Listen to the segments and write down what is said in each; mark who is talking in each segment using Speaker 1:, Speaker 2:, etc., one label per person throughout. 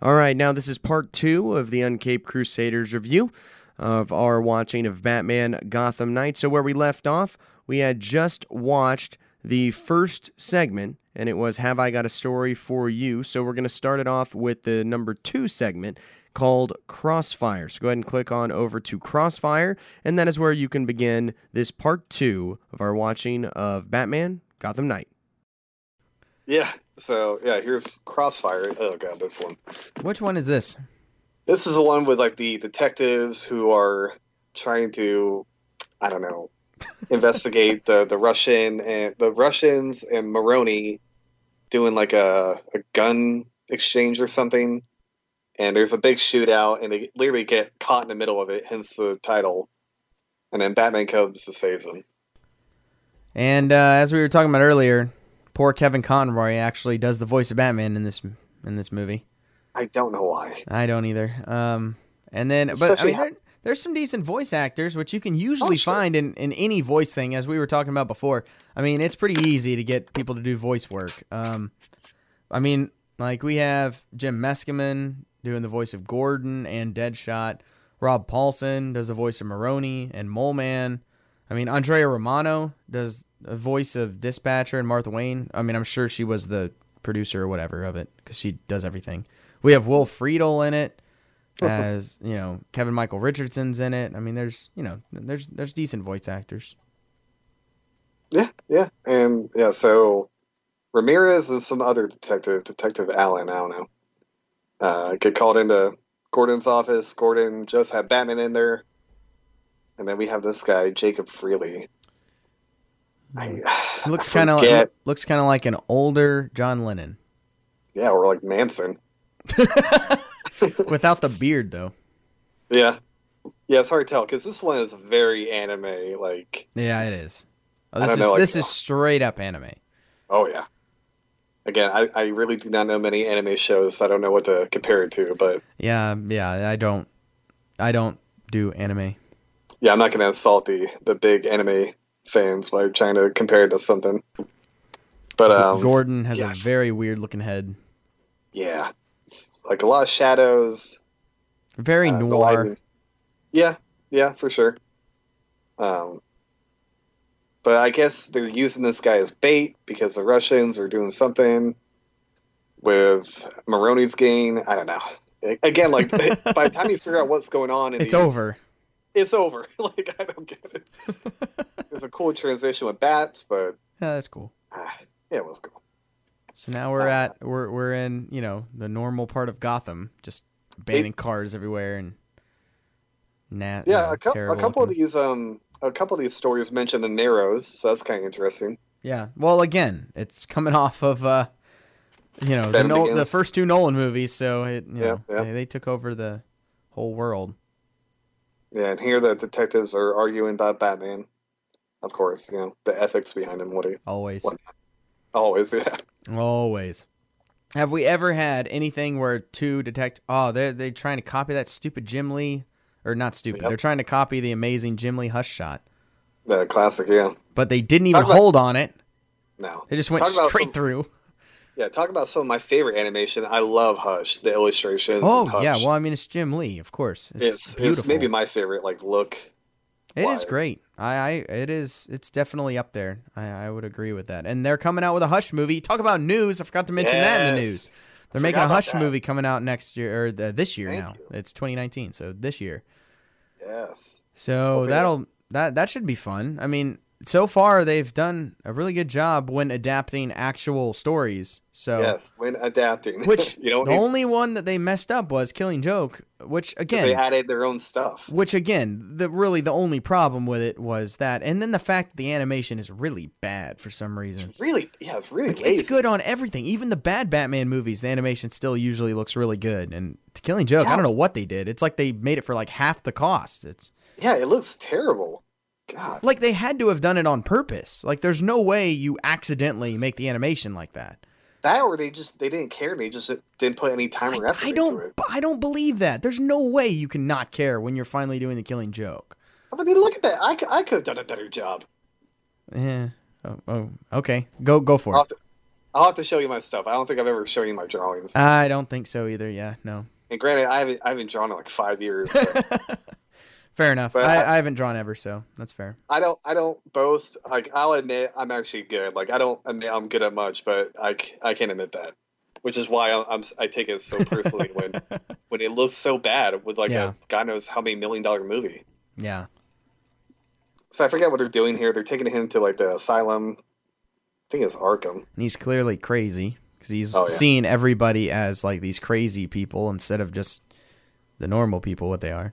Speaker 1: All right, now this is part two of the Uncaped Crusaders review of our watching of Batman Gotham Knights. So, where we left off, we had just watched the first segment, and it was Have I Got a Story for You? So, we're going to start it off with the number two segment called Crossfire. So, go ahead and click on over to Crossfire, and that is where you can begin this part two of our watching of Batman Gotham Knight.
Speaker 2: Yeah. So yeah, here's Crossfire. Oh god, this one.
Speaker 3: Which one is this?
Speaker 2: This is the one with like the detectives who are trying to, I don't know, investigate the the Russian and the Russians and Maroni doing like a a gun exchange or something. And there's a big shootout, and they literally get caught in the middle of it, hence the title. And then Batman comes to save them.
Speaker 3: And uh, as we were talking about earlier, poor Kevin Conroy actually does the voice of Batman in this in this movie.
Speaker 2: I don't know why.
Speaker 3: I don't either. Um, and then, but I
Speaker 2: Especially
Speaker 3: mean,
Speaker 2: how-
Speaker 3: there, there's some decent voice actors, which you can usually
Speaker 2: Oh, sure.
Speaker 3: find in, in any voice thing, as we were talking about before. I mean, it's pretty easy to get people to do voice work. Um, I mean, like we have Jim Meskimen doing the voice of Gordon and Deadshot. Rob Paulson does the voice of Maroni and Mole Man. I mean, Andrea Romano does a voice of Dispatcher and Martha Wayne. I mean, I'm sure she was the producer or whatever of it because she does everything. We have Will Friedle in it Uh-huh. as you know Kevin Michael Richardson's in it. I mean, there's you know there's there's decent voice actors.
Speaker 2: Yeah, yeah, and yeah. So Ramirez and some other detective, Detective Allen, I don't know, uh, get called into Gordon's office. Gordon just had Batman in there, and then we have this guy Jacob Freely. I,
Speaker 3: He looks
Speaker 2: I
Speaker 3: kind of
Speaker 2: forget.
Speaker 3: looks kind of like an older John Lennon
Speaker 2: yeah, or like Manson.
Speaker 3: without the beard though.
Speaker 2: Yeah, yeah. It's hard to tell because this one is very anime. Like,
Speaker 3: Yeah, it is. Oh,
Speaker 2: I
Speaker 3: this is
Speaker 2: don't know, like-
Speaker 3: this is straight up anime.
Speaker 2: oh yeah. Again, I, I really do not know many anime shows. So I don't know what to compare it to, but
Speaker 3: Yeah, yeah. I don't I don't do anime.
Speaker 2: yeah, I'm not going to insult the the big anime fans by trying to compare it to something. But um,
Speaker 3: Gordon has
Speaker 2: yeah.
Speaker 3: a very weird looking head.
Speaker 2: yeah, it's like a lot of shadows.
Speaker 3: Very
Speaker 2: uh, the
Speaker 3: noir.
Speaker 2: lighting. Yeah, yeah, for sure. Um, but I guess they're using this guy as bait because the Russians are doing something with Maroni's gang. I don't know. A- Again, like by the time you figure out what's going on, in
Speaker 3: It's
Speaker 2: these-
Speaker 3: over.
Speaker 2: It's over. Like I don't get it. There's a cool transition with bats, but
Speaker 3: Yeah, that's cool.
Speaker 2: Ah, yeah, it was cool.
Speaker 3: So now we're
Speaker 2: Uh,
Speaker 3: at we're we're in you know the normal part of Gotham, just banning cars everywhere and nat.
Speaker 2: Yeah,
Speaker 3: you know,
Speaker 2: a, cou-
Speaker 3: terrible
Speaker 2: a couple of
Speaker 3: looking-
Speaker 2: these um a couple of these stories mention the Narrows, so that's kind of interesting.
Speaker 3: Yeah, well, again, it's coming off of uh, you know the
Speaker 2: Batman
Speaker 3: Nol- the
Speaker 2: Begins.
Speaker 3: first two Nolan movies, so it you
Speaker 2: Yeah,
Speaker 3: know,
Speaker 2: yeah.
Speaker 3: They, they took over the whole world.
Speaker 2: Yeah, and here the detectives are arguing about Batman. Of course, you know the ethics behind him. What oh, do you
Speaker 3: Always,
Speaker 2: What? always? Yeah,
Speaker 3: always. Have we ever had anything where two detect? Oh, they are they trying to copy that stupid Jim Lee, or not stupid?
Speaker 2: Yep.
Speaker 3: They're trying to copy the amazing Jim Lee Hush shot,
Speaker 2: the classic. Yeah,
Speaker 3: but they didn't even
Speaker 2: Talk about-
Speaker 3: hold on it.
Speaker 2: no.
Speaker 3: They just went
Speaker 2: Talk about
Speaker 3: straight
Speaker 2: some-
Speaker 3: through.
Speaker 2: Yeah, talk about some of my favorite animation. I love Hush. The illustrations. in
Speaker 3: Oh
Speaker 2: Hush.
Speaker 3: yeah, well I mean it's Jim Lee, of course. It's,
Speaker 2: it's,
Speaker 3: beautiful.
Speaker 2: it's maybe my favorite like look.
Speaker 3: It is
Speaker 2: wise.
Speaker 3: great. I, I it is it's definitely up there. I, I would agree with that. And they're coming out with a Hush movie. Talk about news. I forgot to mention that in the
Speaker 2: Yes.
Speaker 3: news. They're making
Speaker 2: Forgot
Speaker 3: a
Speaker 2: about
Speaker 3: Hush
Speaker 2: that.
Speaker 3: movie coming out next year or the, this year
Speaker 2: Thank
Speaker 3: now.
Speaker 2: you.
Speaker 3: It's 2019, so this year.
Speaker 2: Yes.
Speaker 3: So
Speaker 2: Okay.
Speaker 3: that'll that that should be fun. I mean, so far they've done a really good job when adapting actual stories. So
Speaker 2: Yes. When adapting,
Speaker 3: which
Speaker 2: you know,
Speaker 3: the only one that they messed up was Killing Joke, which again
Speaker 2: they added their own stuff.
Speaker 3: which again, the really the only problem with it was that, and then the fact that the animation is really bad for some reason.
Speaker 2: Really, yeah, it's really
Speaker 3: Like,
Speaker 2: lazy.
Speaker 3: it's good on everything, even the bad Batman movies. The animation still usually looks really good. And to Killing Joke, I don't know
Speaker 2: Yes.
Speaker 3: what they did. It's like they made it for like half the cost. It's
Speaker 2: Yeah, it looks terrible. God.
Speaker 3: like they had to have done it on purpose. Like there's no way you accidentally make the animation like that.
Speaker 2: That or they just they didn't care. They just didn't put any time
Speaker 3: I,
Speaker 2: or effort
Speaker 3: I
Speaker 2: into
Speaker 3: don't.
Speaker 2: it.
Speaker 3: b- I don't believe that. There's no way you can not care when you're finally doing the Killing Joke.
Speaker 2: I mean, look at that. I, cou- I could have done a better job.
Speaker 3: Yeah. Oh, oh, Eh, okay. Go go for it.
Speaker 2: I'll have, to, I'll have to show you my stuff. I don't think I've ever shown you my drawings.
Speaker 3: I don't think so either. Yeah, no.
Speaker 2: and granted, I haven't I haven't drawn in like five years. But
Speaker 3: fair enough.
Speaker 2: But
Speaker 3: I,
Speaker 2: I-
Speaker 3: I haven't drawn ever, so that's fair.
Speaker 2: I don't I don't boast. Like I'll admit I'm actually good. Like I don't admit I'm good at much, but I, c- I can't admit that, which is why I'm, I'm I take it so personally when when it looks so bad with like
Speaker 3: Yeah.
Speaker 2: a God knows how many million dollar movie.
Speaker 3: Yeah.
Speaker 2: So I forget what they're doing here. They're taking him to like the asylum. I think it's Arkham.
Speaker 3: And he's clearly crazy because he's
Speaker 2: Oh, yeah.
Speaker 3: seeing everybody as like these crazy people instead of just the normal people what they are.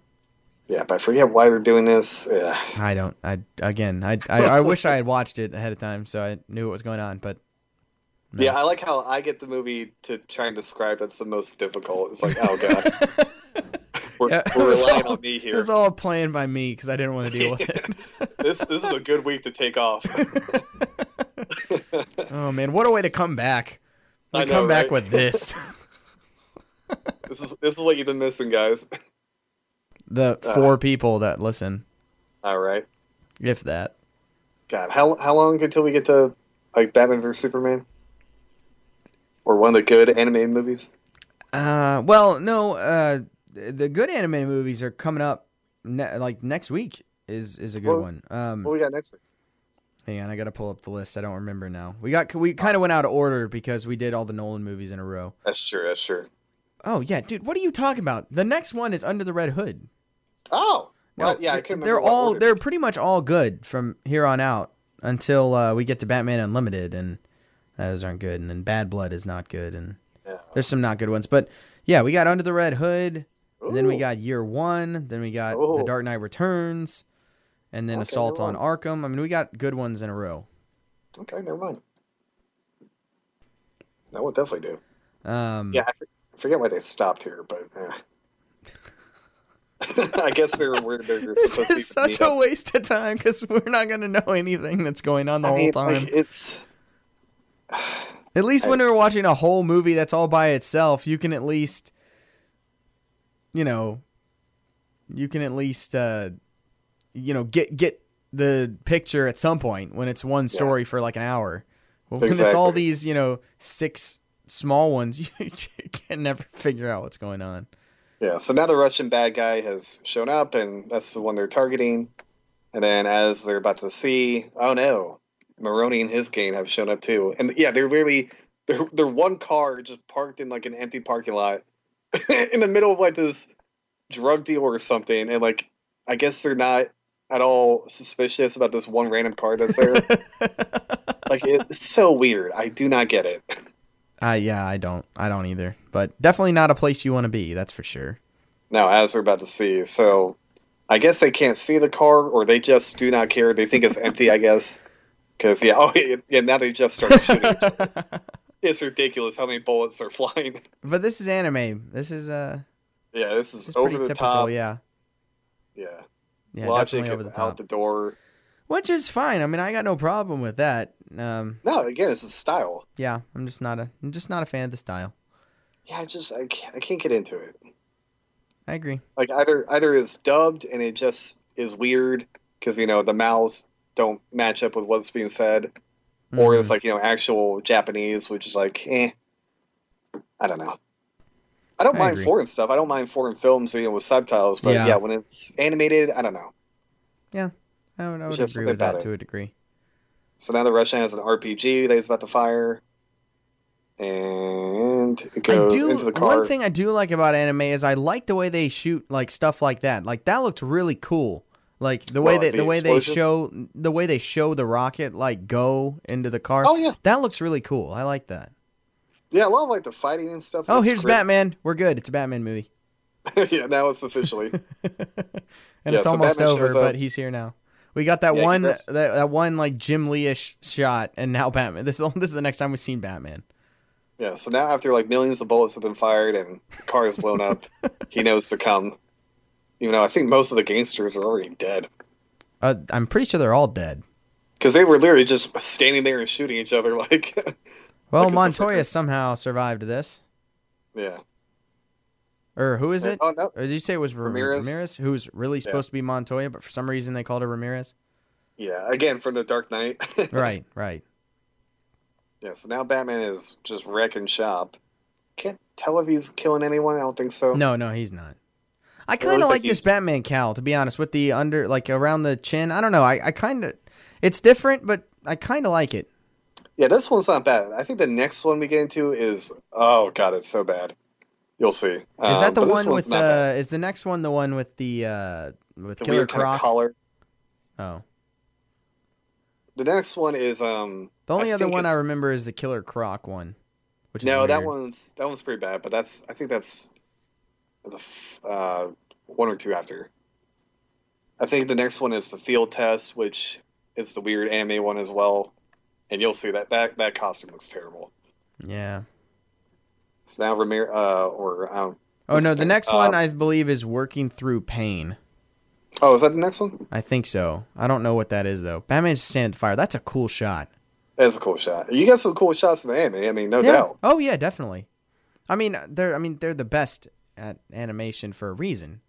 Speaker 2: Yeah, but I forget why they're doing this. Yeah.
Speaker 3: I don't. I again. I I, I wish I had watched it ahead of time so I knew what was going on. But No.
Speaker 2: Yeah, I like how I get the movie to try and describe that's the most difficult. It's like, oh god, we're,
Speaker 3: Yeah, it
Speaker 2: we're
Speaker 3: was
Speaker 2: relying
Speaker 3: all-
Speaker 2: on me
Speaker 3: it
Speaker 2: here.
Speaker 3: was all planned by me because I didn't want to deal with it.
Speaker 2: this this is a good week to take off.
Speaker 3: Oh man, what a way to come back! We
Speaker 2: I know,
Speaker 3: come back
Speaker 2: right?
Speaker 3: with this.
Speaker 2: This is this is what you've been missing, guys.
Speaker 3: the
Speaker 2: Uh,
Speaker 3: four people that listen,
Speaker 2: All right,
Speaker 3: if that.
Speaker 2: God, how how long until we get to like Batman vs Superman or one of the good animated movies?
Speaker 3: Uh, well, no. Uh, th- the good anime movies are coming up. Ne- like next week is is a good
Speaker 2: Well-
Speaker 3: one. Um,
Speaker 2: What we got next week?
Speaker 3: hang on, I gotta pull up the list. I don't remember now. We got we kind of went out of order because we did all the Nolan movies in a row.
Speaker 2: That's true. That's true.
Speaker 3: Oh yeah, dude, what are you talking about? The next one is Under the Red Hood.
Speaker 2: Oh, well, yeah, I
Speaker 3: th-
Speaker 2: couldn't
Speaker 3: they're
Speaker 2: remember what
Speaker 3: all
Speaker 2: order.
Speaker 3: they're pretty much all good from here on out until uh, we get to Batman Unlimited, and those aren't good. And then Bad Blood is not good, and
Speaker 2: Yeah.
Speaker 3: there's some not good ones. But yeah, we got Under the Red Hood, and then we
Speaker 2: Ooh.
Speaker 3: got Year One, then we got The
Speaker 2: Ooh.
Speaker 3: Dark Knight Returns, and then
Speaker 2: Okay,
Speaker 3: Assault on
Speaker 2: never
Speaker 3: Arkham. I mean, we got good ones in a row.
Speaker 2: okay. Never mind. That will definitely do.
Speaker 3: Um,
Speaker 2: Yeah, I for- I forget why they stopped here, but eh. I guess they're weird. They're just
Speaker 3: This
Speaker 2: supposed to
Speaker 3: is
Speaker 2: be
Speaker 3: such a waste of time because we're not going to know anything that's going on the
Speaker 2: I
Speaker 3: whole
Speaker 2: mean,
Speaker 3: time.
Speaker 2: Like, it's
Speaker 3: At least when you're watching a whole movie that's all by itself, you can at least, you know, you can at least, uh, you know, get get the picture at some point when it's one story for like an hour. Well, When it's all
Speaker 2: Exactly.
Speaker 3: these, you know, six small ones, you can never figure out what's going on.
Speaker 2: yeah. So now the Russian bad guy has shown up, and that's the one they're targeting. And then as they're about to see, oh no, Maroney and his gang have shown up too. And yeah, they're really they're they're one car just parked in like an empty parking lot in the middle of like this drug deal or something. And like I guess they're not at all suspicious about this one random car that's there. like it's so weird. I do not get it.
Speaker 3: I Uh, yeah, I don't, I don't either. But definitely not a place you want to be. That's for sure.
Speaker 2: Now, as we're about to see, so I guess they can't see the car, or they just do not care. They think it's empty, I guess. Because yeah, oh yeah, yeah, now they just start shooting. it's ridiculous how many bullets are flying.
Speaker 3: But this is anime. This is uh,
Speaker 2: Yeah, this
Speaker 3: this
Speaker 2: is,
Speaker 3: is
Speaker 2: over
Speaker 3: pretty
Speaker 2: the
Speaker 3: typical.
Speaker 2: top.
Speaker 3: Yeah,
Speaker 2: Yeah,
Speaker 3: yeah,
Speaker 2: logic
Speaker 3: definitely
Speaker 2: is
Speaker 3: over the
Speaker 2: out
Speaker 3: top.
Speaker 2: the door.
Speaker 3: which is fine. I mean, I got no problem with that. Um,
Speaker 2: No, again, it's a style.
Speaker 3: yeah, I'm just not a I'm just not a fan of the style.
Speaker 2: Yeah, I just I can't, I can't get into it.
Speaker 3: I agree.
Speaker 2: Like either either it's dubbed and it just is weird because you know the mouths don't match up with what's being said,
Speaker 3: Mm.
Speaker 2: or
Speaker 3: Hmm.
Speaker 2: it's like you know actual Japanese, which is like, eh, I don't know. I don't
Speaker 3: I
Speaker 2: mind
Speaker 3: agree.
Speaker 2: foreign stuff. I don't mind foreign films you know, with subtitles, but
Speaker 3: Yeah.
Speaker 2: yeah. when it's animated, I don't know.
Speaker 3: I would, I would
Speaker 2: just
Speaker 3: agree
Speaker 2: something
Speaker 3: with that
Speaker 2: about it.
Speaker 3: to a degree.
Speaker 2: So now the Russian has an RPG that he's about to fire, and it
Speaker 3: I
Speaker 2: goes
Speaker 3: do
Speaker 2: into the car.
Speaker 3: one thing I do like about anime is I like the way they shoot like stuff like that. Like that looked really cool. Like the way
Speaker 2: Well,
Speaker 3: that
Speaker 2: the
Speaker 3: the way
Speaker 2: explosion?
Speaker 3: they show the way they show the rocket like go into the car.
Speaker 2: oh yeah,
Speaker 3: That looks really cool. I like that.
Speaker 2: yeah, I love like the fighting and stuff.
Speaker 3: Oh,
Speaker 2: It's
Speaker 3: here's
Speaker 2: great.
Speaker 3: Batman. We're good. It's a Batman movie.
Speaker 2: yeah, now it's officially.
Speaker 3: and
Speaker 2: Yeah,
Speaker 3: it's
Speaker 2: so
Speaker 3: almost
Speaker 2: Batman
Speaker 3: over,
Speaker 2: shows up.
Speaker 3: but he's here now. We got that
Speaker 2: Yeah, he
Speaker 3: one, that,
Speaker 2: does.
Speaker 3: that one like Jim Lee-ish shot, and now Batman. This is this is the next time we've seen Batman.
Speaker 2: Yeah, so now after like millions of bullets have been fired and the car is blown up, he knows to come. Even though I think most of the gangsters are already dead.
Speaker 3: Uh, I'm pretty sure they're all dead.
Speaker 2: Because they were literally just standing there and shooting each other like
Speaker 3: Well,
Speaker 2: Like, it's a
Speaker 3: Montoya
Speaker 2: freaking-
Speaker 3: somehow survived this,
Speaker 2: Yeah.
Speaker 3: or who is it?
Speaker 2: Oh no.
Speaker 3: Or did you say it was Ra- Ramirez?
Speaker 2: Ramirez.
Speaker 3: who was really supposed to be Montoya, but for some reason they called her Ramirez.
Speaker 2: Yeah, again from the Dark Knight.
Speaker 3: Right, right.
Speaker 2: Yeah, so now Batman is just wrecking shop. Can't tell if he's killing anyone. I don't think so.
Speaker 3: No, no, he's not. I
Speaker 2: looks
Speaker 3: kind of
Speaker 2: like
Speaker 3: like
Speaker 2: he-
Speaker 3: this Batman cowl, to be honest, with the under, like around the chin. I don't know. I, I kind of, it's different, but I kind of like it.
Speaker 2: Yeah, this one's not bad. I think the next one we get into is oh god, it's so bad. You'll see. Um, Is
Speaker 3: Is that the one with the? Is the next one the one with the uh with
Speaker 2: the
Speaker 3: Killer
Speaker 2: weird kind of
Speaker 3: Croc?
Speaker 2: collar?
Speaker 3: Oh,
Speaker 2: The next one is um.
Speaker 3: the only
Speaker 2: I
Speaker 3: other
Speaker 2: think
Speaker 3: one I
Speaker 2: it's-
Speaker 3: remember is the Killer Croc one. Which is
Speaker 2: no, that
Speaker 3: weird.
Speaker 2: one's that one's pretty bad. But that's I think that's the f- uh, one or two after. I think the next one is the field test, which is the weird anime one as well. And you'll see that that that costume looks terrible.
Speaker 3: Yeah.
Speaker 2: So now Ramir, uh, or um,
Speaker 3: Oh
Speaker 2: This
Speaker 3: no,
Speaker 2: is
Speaker 3: the
Speaker 2: the-
Speaker 3: next one
Speaker 2: uh,
Speaker 3: I believe is working through pain.
Speaker 2: oh, is that the next one?
Speaker 3: I think so. I don't know what that is though. Batman's just standing at the fire. That's a cool shot.
Speaker 2: That's a cool shot. You got some cool shots in the anime. I mean, no
Speaker 3: yeah.
Speaker 2: doubt.
Speaker 3: Oh yeah, definitely. I mean, they're I mean they're the best at animation for a reason.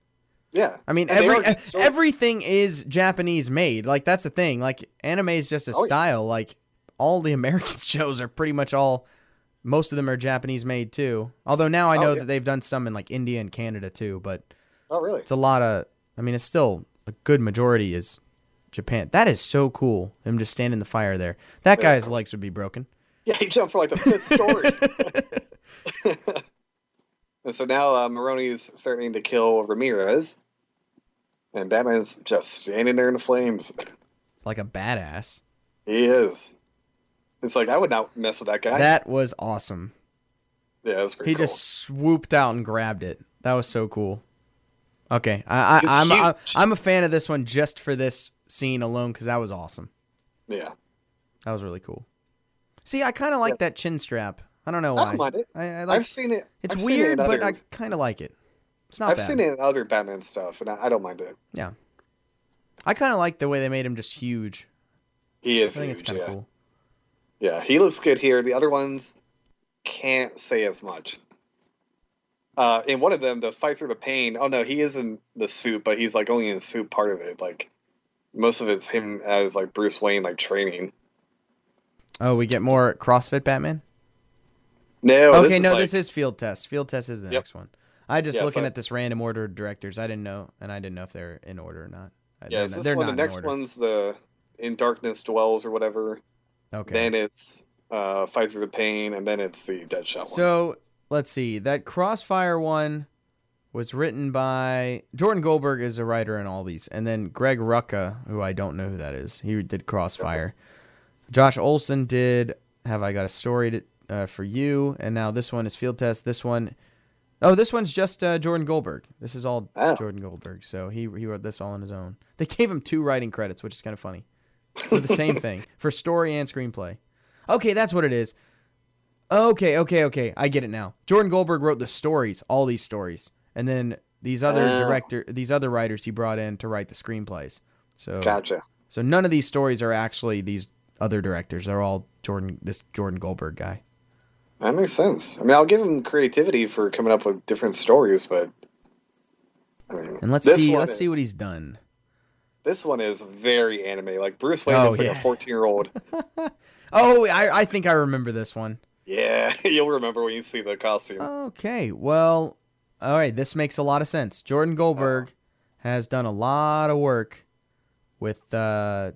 Speaker 2: Yeah.
Speaker 3: I mean,
Speaker 2: And they
Speaker 3: every,
Speaker 2: are good stories.
Speaker 3: everything is Japanese made. Like that's the thing. Like anime is just a
Speaker 2: Oh, yeah.
Speaker 3: style. Like all the American shows are pretty much all. Most of them are Japanese made too. Although now I
Speaker 2: Oh,
Speaker 3: know
Speaker 2: yeah.
Speaker 3: that they've done some in like India and Canada too. But
Speaker 2: Oh, really?
Speaker 3: it's a lot of. I mean, it's still a good majority is Japan. That is so cool. Him just standing in the fire there. That
Speaker 2: That is
Speaker 3: guy's
Speaker 2: cool.
Speaker 3: legs would be broken.
Speaker 2: Yeah, he jumped for like the fifth story. and so now uh, Maroni's threatening to kill Ramirez, and Batman's just standing there in the flames.
Speaker 3: like a badass.
Speaker 2: he is. It's like I would not mess with that guy.
Speaker 3: That was awesome.
Speaker 2: yeah, that's pretty
Speaker 3: He
Speaker 2: cool.
Speaker 3: just swooped out and grabbed it. That was so cool. Okay, I, I,
Speaker 2: He's
Speaker 3: I'm I,
Speaker 2: huge.
Speaker 3: I'm a fan of this one just for this scene alone because that was awesome.
Speaker 2: Yeah,
Speaker 3: That was really cool. See, I kind of like that chin strap. I don't know
Speaker 2: I
Speaker 3: why.
Speaker 2: don't mind it.
Speaker 3: I, I Oh like.
Speaker 2: I've seen it.
Speaker 3: It's
Speaker 2: I've seen it
Speaker 3: weird,
Speaker 2: in
Speaker 3: but
Speaker 2: other-
Speaker 3: I kind of like it. It's not
Speaker 2: I've
Speaker 3: bad.
Speaker 2: seen it in other Batman stuff, and I, I don't mind it.
Speaker 3: I kind of like the way they made him just huge.
Speaker 2: He
Speaker 3: I
Speaker 2: is.
Speaker 3: think
Speaker 2: huge,
Speaker 3: it's kind of
Speaker 2: yeah.
Speaker 3: cool.
Speaker 2: Yeah, he looks good here. The other ones can't say as much. Uh, in one of them, the fight through the pain. Oh no, he is in the suit, but he's like only in the suit part of it. Like most of it's him as like Bruce Wayne, like training.
Speaker 3: Oh, we get more CrossFit Batman.
Speaker 2: No,
Speaker 3: okay,
Speaker 2: Oh, this is
Speaker 3: no,
Speaker 2: like,
Speaker 3: this is field test. Field test is the
Speaker 2: Yep.
Speaker 3: next one. I just
Speaker 2: Yeah,
Speaker 3: looking
Speaker 2: so-
Speaker 3: at this random order of directors. I didn't know, and I didn't know if they're in order or not. I-
Speaker 2: yeah,
Speaker 3: they're
Speaker 2: it's
Speaker 3: not-
Speaker 2: this
Speaker 3: they're
Speaker 2: one. The
Speaker 3: not in
Speaker 2: next
Speaker 3: order.
Speaker 2: one's the in darkness dwells or whatever.
Speaker 3: Okay.
Speaker 2: Then it's uh, fight through the pain, and then it's the Deadshot one.
Speaker 3: so let's see. That Crossfire one was written by Jordan Goldberg is a writer in all these, and then Greg Rucka, who I don't know who that is. He did Crossfire. Josh Olson did Have I Got a Story to, uh, for You, and now this one is Field Test. This one, oh, this one's just uh, Jordan Goldberg. This is all
Speaker 2: Oh.
Speaker 3: Jordan Goldberg. So he he wrote this all on his own. They gave him two writing credits, which is kind of funny. For the same thing, for story and screenplay. Okay, that's what it is. Okay, okay, okay. I get it now. Jordan Goldberg wrote the stories, all these stories, and then these other
Speaker 2: Oh.
Speaker 3: director, these other writers he brought in to write the screenplays. So
Speaker 2: gotcha.
Speaker 3: so none of these stories are actually these other directors. They're all Jordan, this Jordan Goldberg guy.
Speaker 2: That makes sense. I mean, I'll give him creativity for coming up with different stories, but I mean,
Speaker 3: And let's
Speaker 2: this
Speaker 3: see,
Speaker 2: one
Speaker 3: let's
Speaker 2: is-
Speaker 3: see what he's done.
Speaker 2: This one is very anime. Like Bruce Wayne
Speaker 3: Oh,
Speaker 2: looks like
Speaker 3: yeah.
Speaker 2: a fourteen-year-old.
Speaker 3: Oh, I, I think I remember this one.
Speaker 2: yeah, you'll remember when you see the costume.
Speaker 3: Oh. Okay, well, all right. This makes a lot of sense. Jordan Goldberg
Speaker 2: Oh.
Speaker 3: has done a lot of work with uh,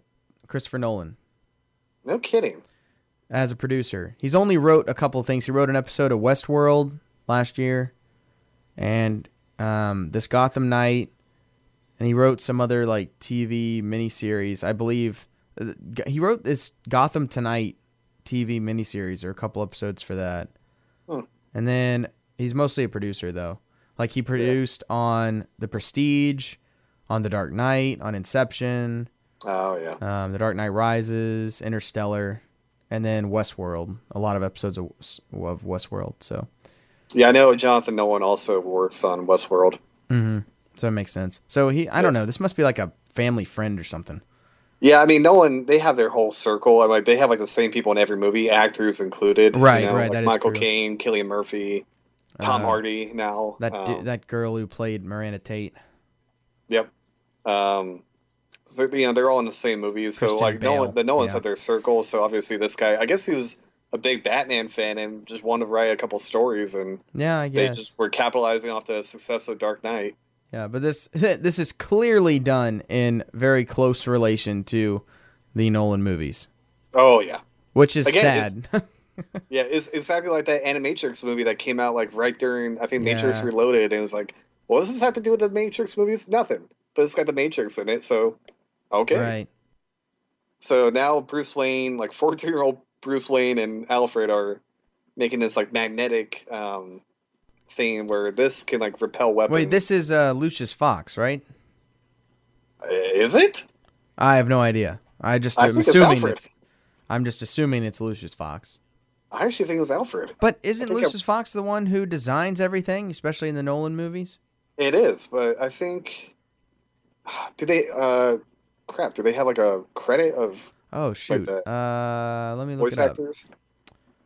Speaker 3: Christopher Nolan
Speaker 2: no kidding.
Speaker 3: as a producer. He's only wrote a couple of things. He wrote an episode of Westworld last year, and um, this Gotham Knight, and he wrote some other like TV miniseries. I believe uh, he wrote this Gotham Tonight TV miniseries or a couple episodes for that.
Speaker 2: Hmm.
Speaker 3: And then he's mostly a producer though. Like he produced on The Prestige, on The Dark Knight, on Inception
Speaker 2: Oh yeah.
Speaker 3: um, The Dark Knight Rises, Interstellar, and then Westworld. A lot of episodes of, of Westworld, so
Speaker 2: Yeah, I know. Jonathan Nolan also works on Westworld.
Speaker 3: so it makes sense. So he, I don't know. This must be like a family friend or something.
Speaker 2: Yeah, I mean, Nolan. They have their whole circle. I like they have like the same people in every movie, actors included.
Speaker 3: Right,
Speaker 2: you know,
Speaker 3: right,
Speaker 2: Like
Speaker 3: that is
Speaker 2: Michael
Speaker 3: true.
Speaker 2: Caine, Killian Murphy, Tom
Speaker 3: Uh,
Speaker 2: Hardy. Now
Speaker 3: That
Speaker 2: um,
Speaker 3: du- that girl who played Miranda Tate,
Speaker 2: Yep. Um, so, you know, they're all in the same movies. So
Speaker 3: Christian
Speaker 2: like, no
Speaker 3: Bale,
Speaker 2: one, the Nolan's
Speaker 3: yeah.
Speaker 2: had their circle. So obviously, this guy, I guess he was a big Batman fan and just wanted to write a couple stories, and
Speaker 3: Yeah, I
Speaker 2: they
Speaker 3: guess.
Speaker 2: just were capitalizing off the success of Dark Knight.
Speaker 3: Yeah, but this this is clearly done in very close relation to the Nolan movies,
Speaker 2: Oh yeah,
Speaker 3: which is
Speaker 2: Again,
Speaker 3: sad.
Speaker 2: yeah, it's exactly like that Animatrix movie that came out like right during I think Matrix
Speaker 3: Yeah.
Speaker 2: Reloaded, and it was like, what does this have to do with the Matrix movies? Nothing, but it's got the Matrix in it, so okay.
Speaker 3: Right.
Speaker 2: So now Bruce Wayne, like 14 year old Bruce Wayne and Alfred are making this like magnetic um thing where this can like repel weapons.
Speaker 3: Wait, this is uh, Lucius Fox, right?
Speaker 2: Uh, is it?
Speaker 3: I have no idea. I just
Speaker 2: I
Speaker 3: am
Speaker 2: think it's
Speaker 3: assuming
Speaker 2: Alfred.
Speaker 3: it's, I'm just assuming it's Lucius Fox.
Speaker 2: I actually think it's Alfred.
Speaker 3: But isn't
Speaker 2: think I-
Speaker 3: Lucius Fox the one who designs everything, especially in the Nolan movies?
Speaker 2: It is, but I think did they uh crap, do they have like a credit of
Speaker 3: Oh shoot.
Speaker 2: that.
Speaker 3: Uh, let me look
Speaker 2: voice
Speaker 3: it up.
Speaker 2: actors?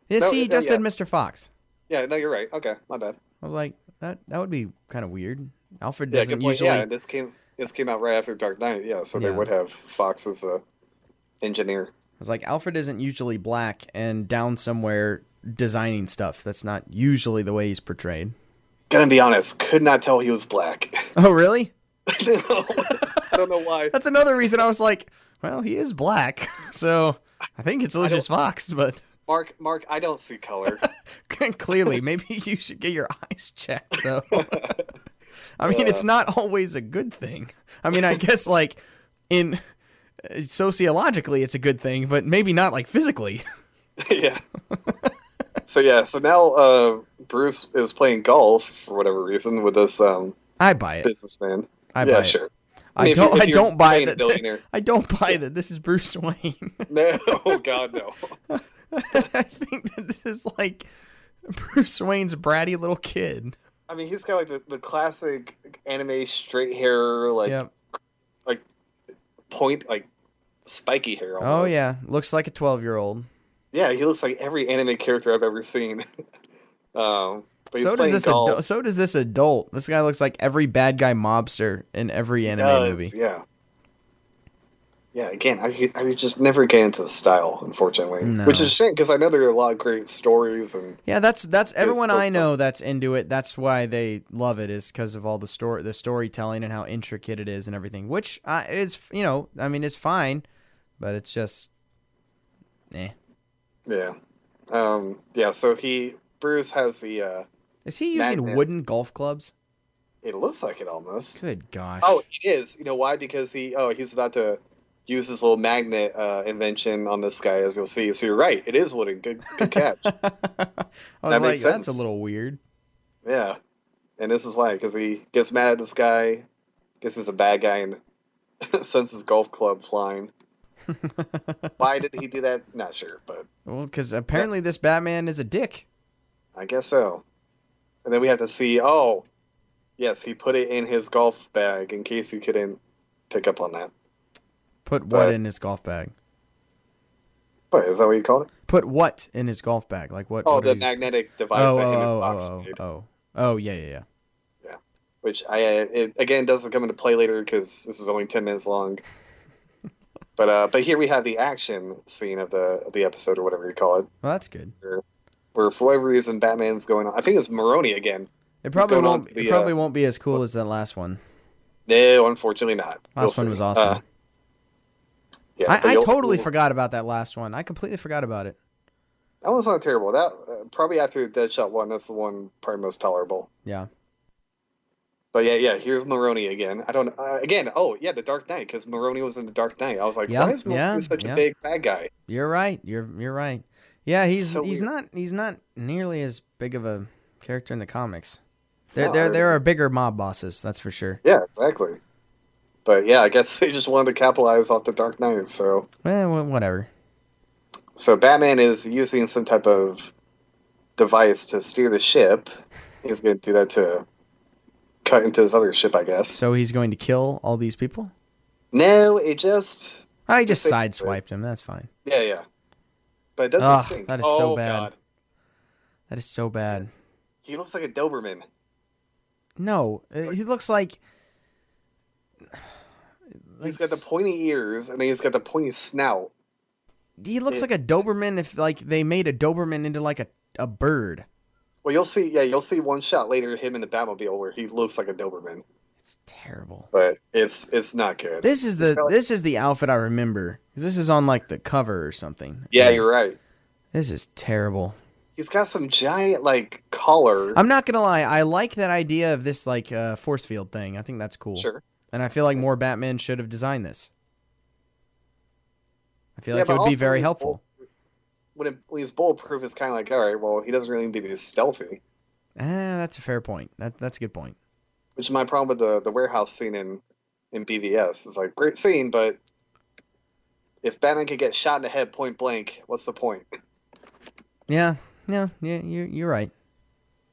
Speaker 3: Yeah,
Speaker 2: No,
Speaker 3: see, he
Speaker 2: yeah,
Speaker 3: just said
Speaker 2: yeah.
Speaker 3: Mr. Fox.
Speaker 2: Yeah, no, you're right. Okay, my bad.
Speaker 3: I was like, that that would be kind of weird. Alfred
Speaker 2: Yeah,
Speaker 3: doesn't
Speaker 2: good point.
Speaker 3: usually.
Speaker 2: Yeah, this came this came out right after Dark Knight, yeah, so they
Speaker 3: Yeah.
Speaker 2: would have Fox as a engineer.
Speaker 3: I was like, Alfred isn't usually black and down somewhere designing stuff. That's not usually the way he's portrayed.
Speaker 2: Gonna be honest, could not tell he was black.
Speaker 3: Oh, really?
Speaker 2: No, I don't know why.
Speaker 3: That's another reason I was like, well, he is black. So I think it's Lucius Fox, but
Speaker 2: Mark, Mark, I don't see color.
Speaker 3: clearly, maybe you should get your eyes checked, though. I mean, it's not always a good thing. I mean, I guess, like, in uh, sociologically, it's a good thing, but maybe not, like, physically.
Speaker 2: yeah. So yeah, so now uh, Bruce is playing golf for whatever reason with this um,
Speaker 3: I buy it.
Speaker 2: businessman.
Speaker 3: I buy
Speaker 2: yeah,
Speaker 3: it.
Speaker 2: sure. I
Speaker 3: I
Speaker 2: mean, if
Speaker 3: don't.
Speaker 2: you're-
Speaker 3: I
Speaker 2: if you're
Speaker 3: don't buy
Speaker 2: paying a
Speaker 3: that.
Speaker 2: billionaire.
Speaker 3: I don't buy that. This is Bruce Wayne.
Speaker 2: No, oh God, no.
Speaker 3: I think that this is like Bruce Wayne's bratty little kid.
Speaker 2: I mean, he's got like the, the classic anime straight hair, like
Speaker 3: yep.
Speaker 2: point, like spiky hair.
Speaker 3: Oh
Speaker 2: almost.
Speaker 3: yeah, looks like a twelve-year-old.
Speaker 2: yeah. He looks like every anime character I've ever seen. um, but he's
Speaker 3: So does
Speaker 2: playing
Speaker 3: this.
Speaker 2: golf.
Speaker 3: Adu- so does this adult. This guy looks like every bad guy mobster in every anime
Speaker 2: does,
Speaker 3: movie.
Speaker 2: Yeah. Yeah, again, I, I just never get into the style, unfortunately.
Speaker 3: No.
Speaker 2: Which is a shame because I know there are a lot of great stories and
Speaker 3: Yeah, that's that's everyone
Speaker 2: so
Speaker 3: I know that's into it. That's why they love it is because of all the story, the storytelling, and how intricate it is and everything. Which uh, is you know, I mean, it's fine, but it's just, eh.
Speaker 2: yeah, um, yeah. So he Bruce has the uh,
Speaker 3: Is he
Speaker 2: Mad
Speaker 3: using
Speaker 2: Men.
Speaker 3: wooden golf clubs?
Speaker 2: it looks like it almost.
Speaker 3: Good gosh.
Speaker 2: Oh, it is. You know why? Because he oh he's about to use his little magnet uh, invention on this guy, as you'll see. So you're right. It is wooden. Good, good catch.
Speaker 3: I was like,
Speaker 2: makes
Speaker 3: that's a
Speaker 2: sense.
Speaker 3: little weird.
Speaker 2: yeah, and this is why because he gets mad at this guy, guess he's a bad guy, and sends his golf club flying. Why did he do that? Not sure, but
Speaker 3: well, because apparently this Batman is a dick.
Speaker 2: I guess so. And then we have to see. Oh, yes, he put it in his golf bag in case you couldn't pick up on that.
Speaker 3: Put what
Speaker 2: But-
Speaker 3: in his golf bag?
Speaker 2: But is that what you called it?
Speaker 3: Put what in his golf bag? Like what?
Speaker 2: Oh,
Speaker 3: what are
Speaker 2: the
Speaker 3: you-
Speaker 2: magnetic device
Speaker 3: Oh,
Speaker 2: that him and
Speaker 3: oh,
Speaker 2: Fox
Speaker 3: oh,
Speaker 2: made,
Speaker 3: oh, oh, oh, yeah, yeah, yeah.
Speaker 2: which I uh, it, again doesn't come into play later because this is only ten minutes long. but uh, but here we have the action scene of the of the episode or whatever you call it,
Speaker 3: Well, that's good.
Speaker 2: where for whatever reason Batman's going on. I think it's Maroni again.
Speaker 3: It probably
Speaker 2: going on
Speaker 3: won't.
Speaker 2: to
Speaker 3: it
Speaker 2: the, uh,
Speaker 3: probably won't be as cool as that last one.
Speaker 2: No, unfortunately not.
Speaker 3: Last
Speaker 2: We'll
Speaker 3: one
Speaker 2: see.
Speaker 3: was
Speaker 2: Uh,
Speaker 3: awesome.
Speaker 2: yeah, but
Speaker 3: I, I
Speaker 2: you'll-
Speaker 3: totally
Speaker 2: you'll-
Speaker 3: forgot about that last one. I completely forgot about it.
Speaker 2: That one's not terrible. That uh, probably after the Deadshot one, that's the one probably most tolerable.
Speaker 3: Yeah.
Speaker 2: But yeah, yeah. Here's Maroni again. I don't uh, again. Oh yeah, the Dark Knight because Maroni was in the Dark Knight. I was like,
Speaker 3: Yeah,
Speaker 2: why is Maroni
Speaker 3: yeah,
Speaker 2: such
Speaker 3: yeah.
Speaker 2: a big bad guy?
Speaker 3: You're right. You're you're right. Yeah, he's
Speaker 2: so
Speaker 3: he's
Speaker 2: weird.
Speaker 3: not he's not nearly as big of a character in the comics. There
Speaker 2: No,
Speaker 3: there
Speaker 2: I-
Speaker 3: there are bigger mob bosses, that's for sure.
Speaker 2: Yeah, exactly. But yeah, I guess they just wanted to capitalize off the Dark Knight. So
Speaker 3: Eh, Well, wha- whatever.
Speaker 2: so Batman is using some type of device to steer the ship. He's going to do that to cut into his other ship, I guess.
Speaker 3: So he's going to kill all these people?
Speaker 2: No, it just
Speaker 3: I just
Speaker 2: Just say-
Speaker 3: sideswiped him. That's fine.
Speaker 2: yeah yeah. But it doesn't
Speaker 3: Ugh,
Speaker 2: sink.
Speaker 3: that is
Speaker 2: oh,
Speaker 3: so bad.
Speaker 2: God.
Speaker 3: That is so bad.
Speaker 2: He looks like a Doberman.
Speaker 3: No, uh, he looks like
Speaker 2: He's got the pointy ears and then he's got the pointy snout.
Speaker 3: he looks like a Doberman if like they made a Doberman into like a, a bird.
Speaker 2: Well, you'll see. Yeah, you'll see one shot later him in the Batmobile where he looks like a Doberman,
Speaker 3: It's terrible.
Speaker 2: but it's it's not good.
Speaker 3: This is the
Speaker 2: probably-
Speaker 3: this is the outfit I remember. 'Cause This is on like the cover or something.
Speaker 2: yeah, you're right.
Speaker 3: This is terrible.
Speaker 2: He's got some giant like collar.
Speaker 3: I'm not gonna lie. I like that idea of this like uh, force field thing. I think that's cool.
Speaker 2: Sure.
Speaker 3: And I feel like more Batman should have designed this. I feel
Speaker 2: Yeah,
Speaker 3: like
Speaker 2: but
Speaker 3: it would be
Speaker 2: also
Speaker 3: very
Speaker 2: he's
Speaker 3: helpful.
Speaker 2: bulletproof. When, it, when he's bulletproof, it's kind of like, all right, well, he doesn't really need to be stealthy.
Speaker 3: Ah, that's a fair point. That that's a good point.
Speaker 2: Which is my problem with the the warehouse scene in in BVS. It's like great scene, but if Batman could get shot in the head point blank, what's the point?
Speaker 3: Yeah, yeah, yeah. You're you're right.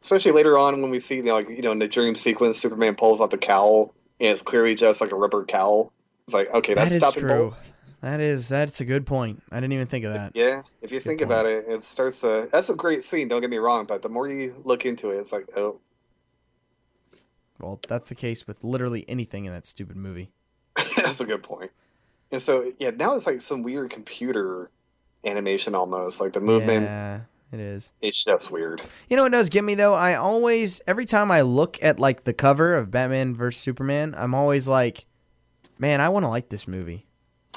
Speaker 2: Especially later on when we see, you know, like you know, in the dream sequence, Superman pulls out the cowl, and it's clearly just like a rubber cowl. It's like, okay,
Speaker 3: That
Speaker 2: that's
Speaker 3: is
Speaker 2: stopping
Speaker 3: true.
Speaker 2: bullets.
Speaker 3: That is that's a good point. I didn't even think of that.
Speaker 2: Yeah, if you
Speaker 3: Good
Speaker 2: think
Speaker 3: point.
Speaker 2: about it, it starts to. That's a great scene. Don't get me wrong, but the more you look into it, it's like, oh,
Speaker 3: Well, that's the case with literally anything in that stupid movie.
Speaker 2: that's a good point. And so, yeah, now it's like some weird computer animation almost. Like the movement,
Speaker 3: Yeah, it is.
Speaker 2: it's just weird.
Speaker 3: You know what does get me though? I always every time I look at like the cover of Batman vs Superman, I'm always like, man, I want to like this movie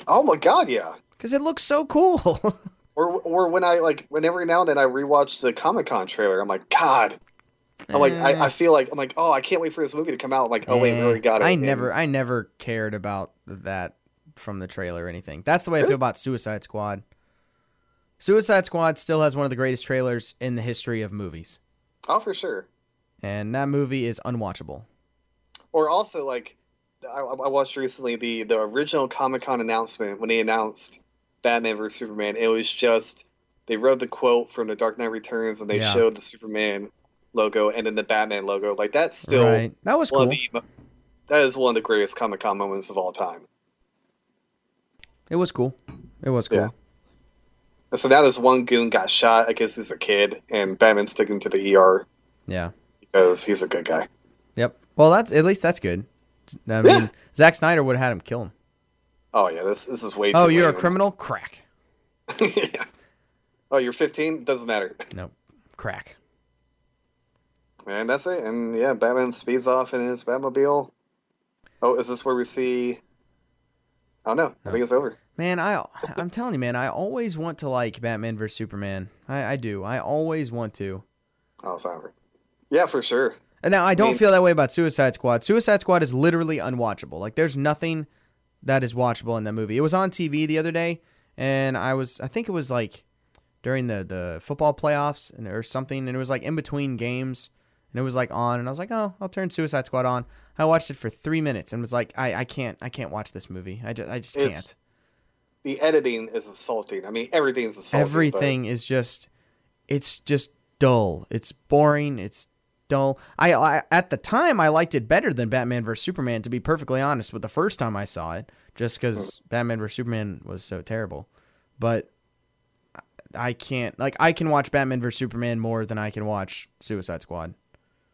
Speaker 2: Oh my god, yeah.
Speaker 3: because it looks so cool.
Speaker 2: Or or when I like, when every now and then I rewatch the Comic Con trailer, I'm like, God. I'm like, I, I feel like I'm like, oh, I can't wait for this movie to come out. I'm like, oh wait, we
Speaker 3: Eh,
Speaker 2: already got it.
Speaker 3: I
Speaker 2: And-
Speaker 3: never, I never cared about that from the trailer or anything. That's the way I
Speaker 2: Really?
Speaker 3: feel about Suicide Squad. Suicide Squad still has one of the greatest trailers in the history of movies,
Speaker 2: Oh, for sure.
Speaker 3: and that movie is unwatchable.
Speaker 2: Or also like, I, I watched recently the the original Comic Con announcement when they announced Batman vs Superman. It was just they wrote the quote from The Dark Knight Returns and they
Speaker 3: Yeah.
Speaker 2: showed the Superman logo and then the Batman logo. Like that's still
Speaker 3: right? That was
Speaker 2: one
Speaker 3: cool.
Speaker 2: of the that is one of the greatest Comic Con moments of all time.
Speaker 3: It was cool. It was cool.
Speaker 2: Yeah. And so now this one goon got shot. I guess he's a kid, and Batman's sticking to the ER
Speaker 3: yeah.
Speaker 2: because he's a good guy.
Speaker 3: Yep. Well, that's at least that's good. I mean,
Speaker 2: Yeah.
Speaker 3: Zack Snyder would have had him kill him.
Speaker 2: Oh yeah, this this is way.
Speaker 3: Oh,
Speaker 2: too
Speaker 3: you're a
Speaker 2: lame.
Speaker 3: criminal? Crack.
Speaker 2: Yeah. Oh, you're 15. Doesn't matter.
Speaker 3: No, crack.
Speaker 2: And that's it. And yeah, Batman speeds off in his Batmobile. Oh, is this where we see? Oh no, I think it's over.
Speaker 3: Man, I I'm telling you, man, I always want to like Batman vs Superman. I, I do. I always want to.
Speaker 2: Oh, it's over. Yeah, for sure.
Speaker 3: And now I don't
Speaker 2: mean-
Speaker 3: feel that way about Suicide Squad. Suicide Squad is literally unwatchable. Like there's nothing that is watchable in that movie. It was on TV the other day, and I was I think it was like during the the football playoffs and or something, and it was like in between games, and it was like on, and I was like, oh, I'll turn Suicide Squad on. I watched it for three minutes and was like, I I can't I can't watch this movie. I just I just can't.
Speaker 2: It's the editing is assaulting. I mean, everything is assaulting. but-
Speaker 3: everything is just it's just dull it's boring it's dull I, I at the time i liked it better than batman vs superman to be perfectly honest with the first time i saw it just because batman vs superman was so terrible but I- i can't like i can watch batman vs superman more than i can watch suicide squad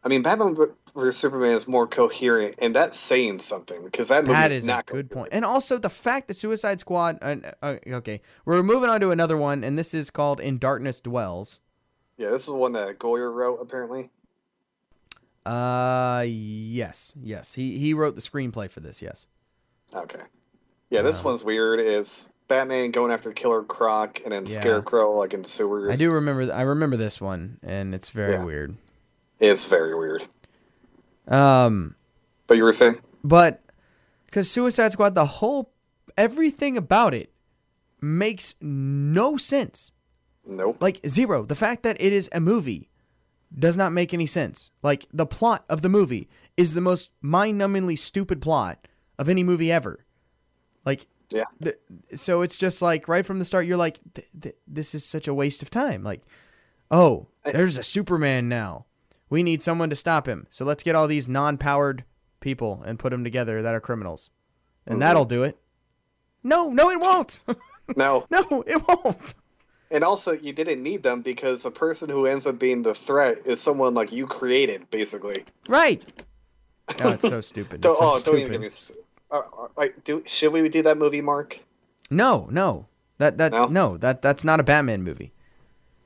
Speaker 2: I mean, Batman vs Superman is more coherent, and that's saying something because that movie
Speaker 3: That
Speaker 2: is,
Speaker 3: is a
Speaker 2: not
Speaker 3: good point.
Speaker 2: coherent.
Speaker 3: And also the fact that Suicide Squad. Uh, uh, okay, we're moving on to another one, and this is called "In Darkness Dwells."
Speaker 2: Yeah, this is one that Goyer wrote apparently.
Speaker 3: Uh yes, yes. He he wrote the screenplay for this. Yes.
Speaker 2: Okay. Yeah, this
Speaker 3: Yeah.
Speaker 2: one's weird. Is Batman going after Killer Croc and then
Speaker 3: Yeah.
Speaker 2: Scarecrow like in the sewers?
Speaker 3: I do remember th- I remember this one and it's very
Speaker 2: Yeah.
Speaker 3: weird.
Speaker 2: It's very weird.
Speaker 3: Um
Speaker 2: But you were saying,
Speaker 3: but cuz Suicide Squad the whole everything about it makes no sense.
Speaker 2: nope.
Speaker 3: Like zero. The fact that it is a movie does not make any sense. Like the plot of the movie is the most mind-numbingly stupid plot of any movie ever. Like
Speaker 2: Yeah.
Speaker 3: the, so it's just like right from the start you're like th- th- this is such a waste of time like oh there's a superman now we need someone to stop him so let's get all these non-powered people and put them together that are criminals and
Speaker 2: Mhm.
Speaker 3: that'll do it no no it won't
Speaker 2: No.
Speaker 3: no it won't
Speaker 2: And also, you didn't need them because the person who ends up being the threat is someone like you created, basically.
Speaker 3: right oh it's so stupid
Speaker 2: Don't,
Speaker 3: it's so
Speaker 2: oh, don't even
Speaker 3: stupid
Speaker 2: get me. St- uh, uh, like, do should we do that movie, Mark?
Speaker 3: no no That that
Speaker 2: No?
Speaker 3: no, that that's not a Batman movie.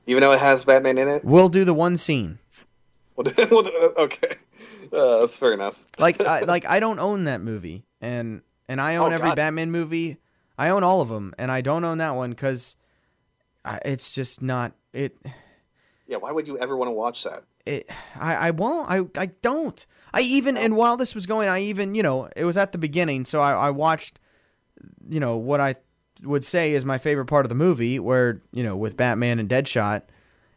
Speaker 2: even though it has Batman in it.
Speaker 3: We'll do the one scene.
Speaker 2: Well, okay, uh, that's fair enough.
Speaker 3: Like I, like I don't own that movie, and and I own
Speaker 2: Oh,
Speaker 3: every
Speaker 2: God.
Speaker 3: Batman movie. I own all of them, and I don't own that one because it's just not it.
Speaker 2: Yeah, why would you ever want to watch that?
Speaker 3: it I, I won't I, I don't I even and while this was going I even you know it was at the beginning so I, I watched you know what I would say is my favorite part of the movie where you know with Batman and Deadshot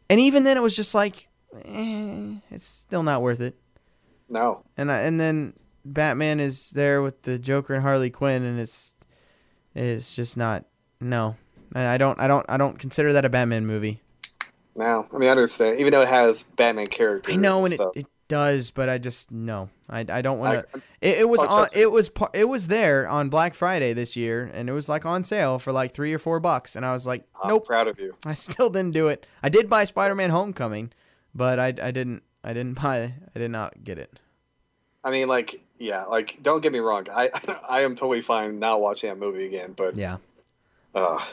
Speaker 3: and even then it was just like eh, it's still not worth it
Speaker 2: No,
Speaker 3: and I, and then Batman is there with the Joker and Harley Quinn and it's it's just not no I I don't I don't I don't consider that a Batman movie
Speaker 2: no. I mean, I understand. Even though it has Batman characters,
Speaker 3: I know, and it,
Speaker 2: stuff.
Speaker 3: it does, but I just no, I, I don't
Speaker 2: I-
Speaker 3: want to. It, it was
Speaker 2: I'll
Speaker 3: on,
Speaker 2: trust you.
Speaker 3: it was par- it was there on Black Friday this year, and it was like on sale for like three or four bucks, and I was like,
Speaker 2: I'm
Speaker 3: nope,
Speaker 2: proud of you.
Speaker 3: I still didn't do it. I did buy Spider-Man: Homecoming, but I, I didn't I didn't buy I did not get it.
Speaker 2: I mean, like, yeah, like, don't get me wrong. I I am totally fine not watching that movie again, but
Speaker 3: Yeah,
Speaker 2: uh,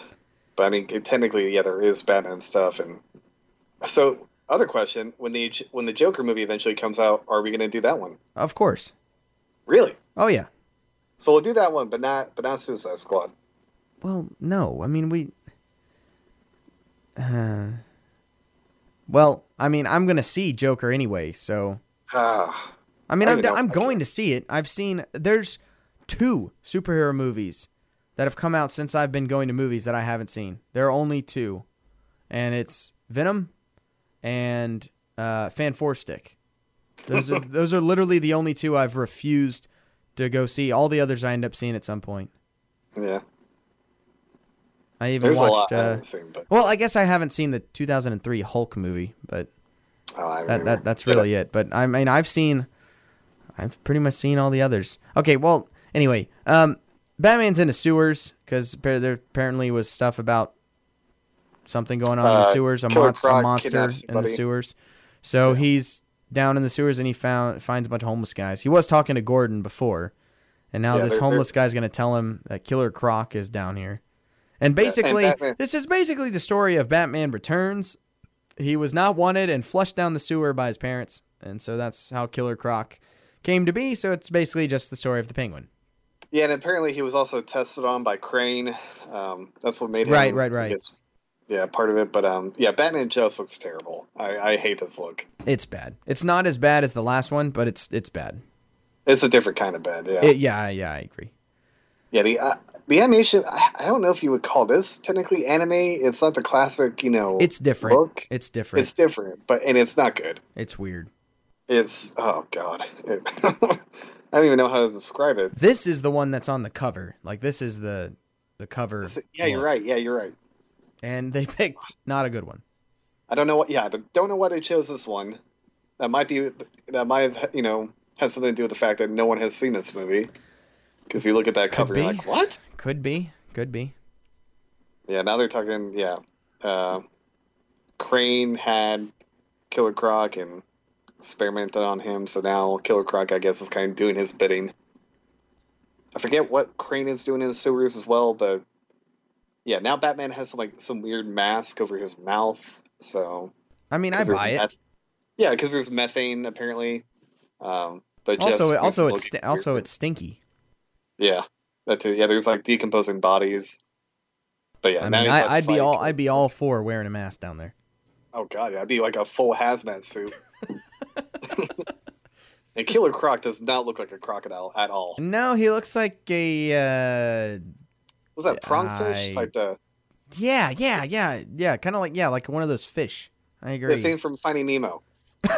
Speaker 2: but I mean, it, technically, yeah, there is Batman stuff, and so other question: when the when the Joker movie eventually comes out, are we going to do that one?
Speaker 3: of course.
Speaker 2: Really?
Speaker 3: Oh yeah.
Speaker 2: So we'll do that one, but not but not Suicide Squad.
Speaker 3: Well, no, I mean we. Uh, well, I mean I'm gonna see Joker anyway, so.
Speaker 2: Ah,
Speaker 3: I mean,
Speaker 2: I
Speaker 3: I'm,
Speaker 2: don't even know
Speaker 3: I'm
Speaker 2: if I
Speaker 3: going to see it. I've seen there's two superhero movies that have come out since I've been going to movies that I haven't seen. There are only two, and it's Venom and uh, Fan Four Stick. Those are those are literally the only two I've refused to go see. All the others I end up seeing at some point.
Speaker 2: yeah.
Speaker 3: I even
Speaker 2: There's a lot
Speaker 3: watched.
Speaker 2: I
Speaker 3: Uh,
Speaker 2: haven't seen, but
Speaker 3: well, I guess I haven't seen the 2003 Hulk movie, but
Speaker 2: oh, I
Speaker 3: That,
Speaker 2: remember.
Speaker 3: that that's really it. But I mean, I've seen, I've pretty much seen all the others. Okay, well, anyway, um, Batman's in the sewers because there apparently was stuff about something going on in the
Speaker 2: Uh,
Speaker 3: sewers, a
Speaker 2: Killer
Speaker 3: monster, a
Speaker 2: Croc
Speaker 3: monster
Speaker 2: kidnaps
Speaker 3: in the
Speaker 2: somebody.
Speaker 3: sewers. So he's down in the sewers and he found finds a bunch of homeless guys. He was talking to Gordon before, and now
Speaker 2: Yeah,
Speaker 3: this
Speaker 2: they're-
Speaker 3: homeless guy's gonna tell him that Killer Croc is down here. And basically,
Speaker 2: Batman-
Speaker 3: this is basically the story of Batman Returns he was not wanted and flushed down the sewer by his parents. And so that's how Killer Croc came to be. So it's basically just the story of the penguin.
Speaker 2: Yeah, and apparently he was also tested on by Crane. Um, that's what made him.
Speaker 3: Right, right, right.
Speaker 2: I guess, yeah, part of it. But um, yeah, Batman just looks terrible. I, I hate this look.
Speaker 3: It's bad. It's not as bad as the last one, but it's it's bad.
Speaker 2: It's a different kind of bad. Yeah,
Speaker 3: It- yeah, yeah, I agree.
Speaker 2: yeah. The uh, the animation. I, I don't know if you would call this technically anime. It's not the classic. You know,
Speaker 3: It's different.
Speaker 2: Look,
Speaker 3: It's different.
Speaker 2: it's
Speaker 3: It's,
Speaker 2: different, but and it's not good.
Speaker 3: weird.
Speaker 2: It's oh god. It, I don't even know how to describe it.
Speaker 3: This is the one that's on the cover. Like this is the the cover.
Speaker 2: It's- yeah, you're
Speaker 3: look.
Speaker 2: right. Yeah, you're right.
Speaker 3: And they picked not a good one.
Speaker 2: I don't know what. Yeah, I don't know why they chose this one. That might be. That might have. You know, has something to do with the fact that no one has seen this movie. Because you look at that cover, you're
Speaker 3: be.
Speaker 2: like, what?
Speaker 3: Could be. Could be.
Speaker 2: Yeah. Now they're talking. Yeah. Uh, Crane had Killer Croc and experimented on him, so now Killer Croc, I guess, is kind of doing his bidding. I forget what Crane is doing in the sewers as well, but yeah, now Batman has some like some weird mask over his mouth, so
Speaker 3: I mean, I
Speaker 2: 'Cause there's
Speaker 3: buy it.
Speaker 2: meth- Yeah, because there's methane apparently. Um, but just
Speaker 3: Also, it,
Speaker 2: makes
Speaker 3: also
Speaker 2: it
Speaker 3: it's
Speaker 2: look
Speaker 3: st- also
Speaker 2: weird.
Speaker 3: it's stinky.
Speaker 2: yeah, that too. Yeah, there's like decomposing bodies. But yeah,
Speaker 3: I
Speaker 2: now
Speaker 3: mean,
Speaker 2: he's, like,
Speaker 3: I, I'd be
Speaker 2: fighting-
Speaker 3: all I'd be all for wearing a mask down there.
Speaker 2: Oh god, yeah, I'd be like a full hazmat suit. and Killer Croc does not look like a crocodile at all.
Speaker 3: No, he looks like a uh,
Speaker 2: Was that prongfish?
Speaker 3: I-
Speaker 2: Like the,
Speaker 3: yeah, yeah, yeah, yeah, kind of like yeah, like one of those fish. I
Speaker 2: the
Speaker 3: agree.
Speaker 2: thing from Finding Nemo.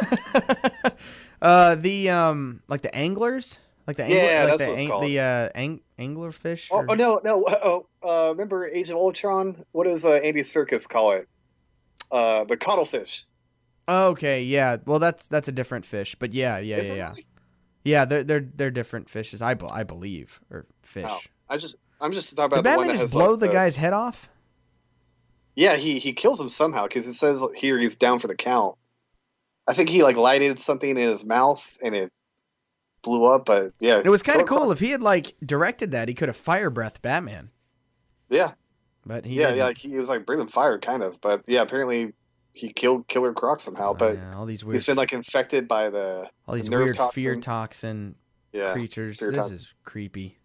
Speaker 3: uh, the um, like the anglers, like the angler,
Speaker 2: Yeah,
Speaker 3: like
Speaker 2: that's
Speaker 3: the,
Speaker 2: what it's
Speaker 3: ang-
Speaker 2: called.
Speaker 3: the uh, ang- anglerfish.
Speaker 2: Oh,
Speaker 3: or-
Speaker 2: oh no, no. Oh, uh, remember Age of Ultron? What does uh, Andy Circus call it? Uh, the cuttlefish.
Speaker 3: Okay, yeah. Well, that's that's a different fish, but yeah, yeah,
Speaker 2: Is
Speaker 3: yeah,
Speaker 2: it
Speaker 3: yeah.
Speaker 2: really?
Speaker 3: Yeah, they're they're they're different fishes. I be- I believe or fish.
Speaker 2: Oh, I just I'm just talking about
Speaker 3: Did
Speaker 2: the
Speaker 3: Batman
Speaker 2: one that
Speaker 3: just
Speaker 2: has
Speaker 3: blow
Speaker 2: like,
Speaker 3: the guy's head off?
Speaker 2: Yeah, he he kills him somehow because it says here he's down for the count. I think he like lighted something in his mouth and it blew up. But yeah,
Speaker 3: It was kind of
Speaker 2: Killer
Speaker 3: cool.
Speaker 2: Croc-
Speaker 3: If he had like directed that, he could have fire breath Batman.
Speaker 2: Yeah,
Speaker 3: But he
Speaker 2: yeah,
Speaker 3: didn't.
Speaker 2: yeah, like he it was like breathing fire, kind of. But yeah, apparently he killed Killer Croc somehow.
Speaker 3: Oh,
Speaker 2: but
Speaker 3: yeah, all these weird,
Speaker 2: he's been like infected by the
Speaker 3: all these
Speaker 2: nerve
Speaker 3: weird fear
Speaker 2: toxin.
Speaker 3: toxin
Speaker 2: yeah
Speaker 3: creatures.
Speaker 2: fear
Speaker 3: this
Speaker 2: toxin.
Speaker 3: is creepy.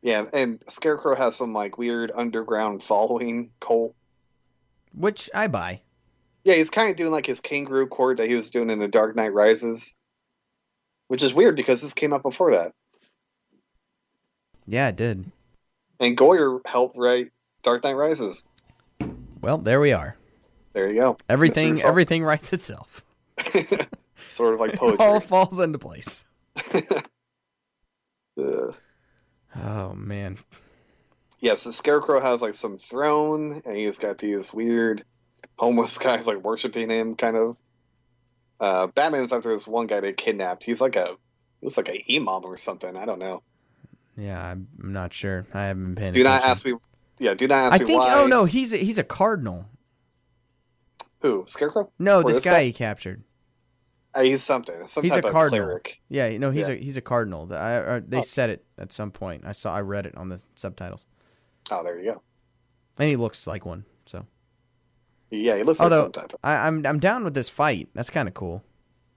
Speaker 2: yeah. And Scarecrow has some like weird underground following cult.
Speaker 3: Which I buy.
Speaker 2: Yeah, he's kind of doing like his kangaroo court that he was doing in The Dark Knight Rises, which is weird because this came out before that.
Speaker 3: Yeah, it did.
Speaker 2: And Goyer helped write Dark Knight Rises.
Speaker 3: Well, there we are.
Speaker 2: There you go.
Speaker 3: Everything
Speaker 2: yourself.
Speaker 3: everything writes itself.
Speaker 2: sort of like
Speaker 3: It all
Speaker 2: poetry.
Speaker 3: falls into place.
Speaker 2: Ugh.
Speaker 3: Oh man.
Speaker 2: yeah, so Scarecrow has like some throne, and he's got these weird homeless guys like worshiping him, kind of. Uh, Batman's after this one guy they kidnapped. He's like a, it was like an imam or something. I don't know.
Speaker 3: Yeah, I'm I'm not sure. I haven't been paying
Speaker 2: Do not
Speaker 3: attention.
Speaker 2: ask me. Yeah, do not ask
Speaker 3: I
Speaker 2: me
Speaker 3: think
Speaker 2: why.
Speaker 3: oh no, he's a, he's a cardinal.
Speaker 2: Who Scarecrow?
Speaker 3: No,
Speaker 2: Or
Speaker 3: this
Speaker 2: this
Speaker 3: guy,
Speaker 2: guy?
Speaker 3: he captured.
Speaker 2: Uh, he's something. Some
Speaker 3: He's
Speaker 2: type
Speaker 3: a
Speaker 2: of
Speaker 3: cardinal.
Speaker 2: cleric.
Speaker 3: Yeah, no, he's
Speaker 2: Yeah.
Speaker 3: a he's a cardinal. The- I, I, they
Speaker 2: Oh.
Speaker 3: said it at some point. I saw I read it on the subtitles.
Speaker 2: Oh, there you go.
Speaker 3: And he looks like one. So
Speaker 2: Yeah, he looks
Speaker 3: Although-
Speaker 2: like some type of.
Speaker 3: I, I'm I'm down with this fight. That's kind of cool.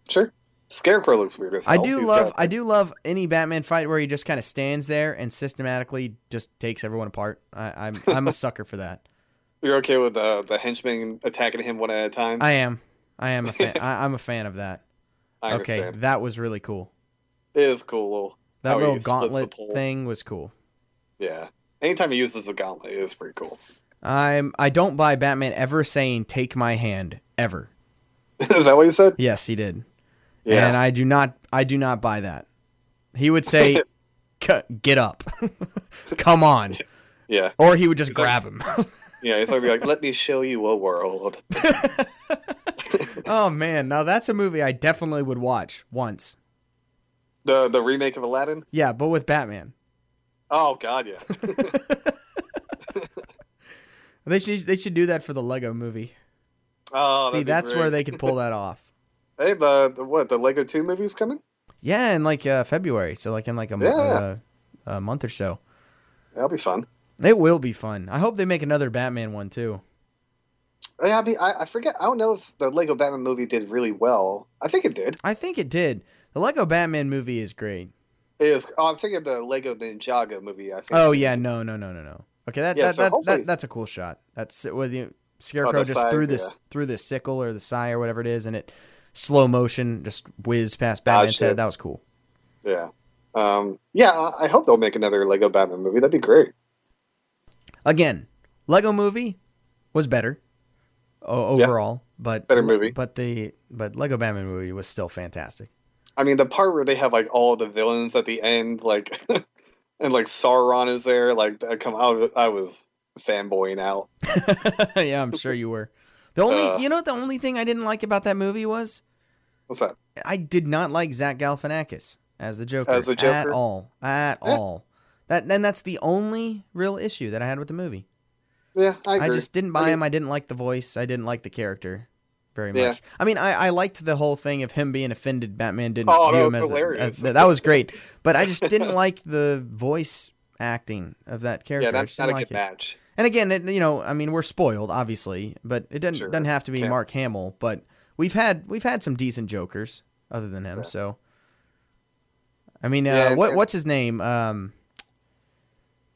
Speaker 2: Sure. Scarecrow looks weird as
Speaker 3: I
Speaker 2: hell.
Speaker 3: do
Speaker 2: He's
Speaker 3: love
Speaker 2: got-
Speaker 3: I do love any Batman fight where he just kind of stands there and systematically just takes everyone apart. I, I'm I'm a sucker for that.
Speaker 2: You're okay with uh, the henchmen attacking him one at a time?
Speaker 3: I am. I am a fan. I, I'm a fan of that.
Speaker 2: I
Speaker 3: okay,
Speaker 2: understand.
Speaker 3: that was really cool.
Speaker 2: It is cool.
Speaker 3: That
Speaker 2: How he
Speaker 3: little
Speaker 2: splits Oh, the
Speaker 3: gauntlet
Speaker 2: pole.
Speaker 3: thing was cool.
Speaker 2: Yeah. Anytime he uses a gauntlet, it is pretty cool.
Speaker 3: I'm. I don't buy Batman ever saying "Take my hand" ever.
Speaker 2: is that what you said?
Speaker 3: Yes, he did,
Speaker 2: Yeah.
Speaker 3: and I do not. I do not buy that. He would say, "C- "Get up, come on,"
Speaker 2: yeah.
Speaker 3: or he would just
Speaker 2: He's like-
Speaker 3: grab him.
Speaker 2: Yeah. He's like, be like, let me show you a world.
Speaker 3: oh man, now that's a movie I definitely would watch once.
Speaker 2: The the remake of Aladdin?
Speaker 3: Yeah, but with Batman,
Speaker 2: Oh, God, yeah.
Speaker 3: they should. They should do that for the Lego Movie.
Speaker 2: Oh,
Speaker 3: See,
Speaker 2: that'd be
Speaker 3: that's where
Speaker 2: great.
Speaker 3: they could pull that off.
Speaker 2: Hey, the, the what? The Lego 2 movie's coming?
Speaker 3: Yeah, in like uh, February, so like in like a, mo-
Speaker 2: Yeah.
Speaker 3: uh, a month or so.
Speaker 2: That'll be fun.
Speaker 3: It will be fun. I hope they make another Batman one too.
Speaker 2: Yeah, I mean, I, I forget. I don't know if the Lego Batman movie did really well. I think it did.
Speaker 3: I think it did. The Lego Batman movie is great.
Speaker 2: It is. Oh, I'm thinking the Lego Ninjago movie. I think.
Speaker 3: Oh yeah, no, no, no, no, no. Okay, that
Speaker 2: Yeah,
Speaker 3: that,
Speaker 2: so
Speaker 3: that,
Speaker 2: hopefully-
Speaker 3: that that's a cool shot. That's with you.
Speaker 2: the
Speaker 3: Scarecrow just
Speaker 2: scythe,
Speaker 3: threw this threw this sickle or the scythe or whatever it is, and it slow motion just whizzed past
Speaker 2: Ah,
Speaker 3: Batman's
Speaker 2: Gotcha.
Speaker 3: head. That was cool.
Speaker 2: Yeah. Um, yeah, I- I hope they'll make another Lego Batman movie. That'd be great.
Speaker 3: Again, Lego movie was better o-
Speaker 2: Yeah.
Speaker 3: overall, but
Speaker 2: Better movie.
Speaker 3: But the but Lego Batman movie was still fantastic.
Speaker 2: I mean, the part where they have like all the villains at the end, like, and like Sauron is there, like, that come. I was, I was fanboying out.
Speaker 3: yeah, I'm sure you were. The only,
Speaker 2: Uh.
Speaker 3: you know, what the only thing I didn't like about that movie was
Speaker 2: What's that?
Speaker 3: I did not like Zach Galifianakis as the Joker,
Speaker 2: As the
Speaker 3: at
Speaker 2: Joker?
Speaker 3: all, at
Speaker 2: Yeah.
Speaker 3: all. That then that's the only real issue that I had with the movie.
Speaker 2: Yeah, I
Speaker 3: I,
Speaker 2: agree.
Speaker 3: just didn't buy
Speaker 2: mean-
Speaker 3: him. I didn't like the voice. I didn't like the character very much.
Speaker 2: Yeah.
Speaker 3: I mean, I, I liked the whole thing of him being offended. Batman didn't
Speaker 2: Oh, that
Speaker 3: view him
Speaker 2: was
Speaker 3: as, a,
Speaker 2: hilarious.
Speaker 3: as that was great, but I just didn't like the voice acting of that character.
Speaker 2: yeah,
Speaker 3: I
Speaker 2: that's
Speaker 3: just
Speaker 2: not
Speaker 3: didn't
Speaker 2: a
Speaker 3: like
Speaker 2: good
Speaker 3: it.
Speaker 2: match.
Speaker 3: And again, it, you know, I mean, we're spoiled, obviously, but it doesn't
Speaker 2: Sure.
Speaker 3: doesn't have to be
Speaker 2: Can't-
Speaker 3: Mark Hamill. But we've had we've had some decent jokers other than him.
Speaker 2: Yeah.
Speaker 3: So, I mean, uh,
Speaker 2: Yeah,
Speaker 3: what
Speaker 2: and-
Speaker 3: what's his name? Um,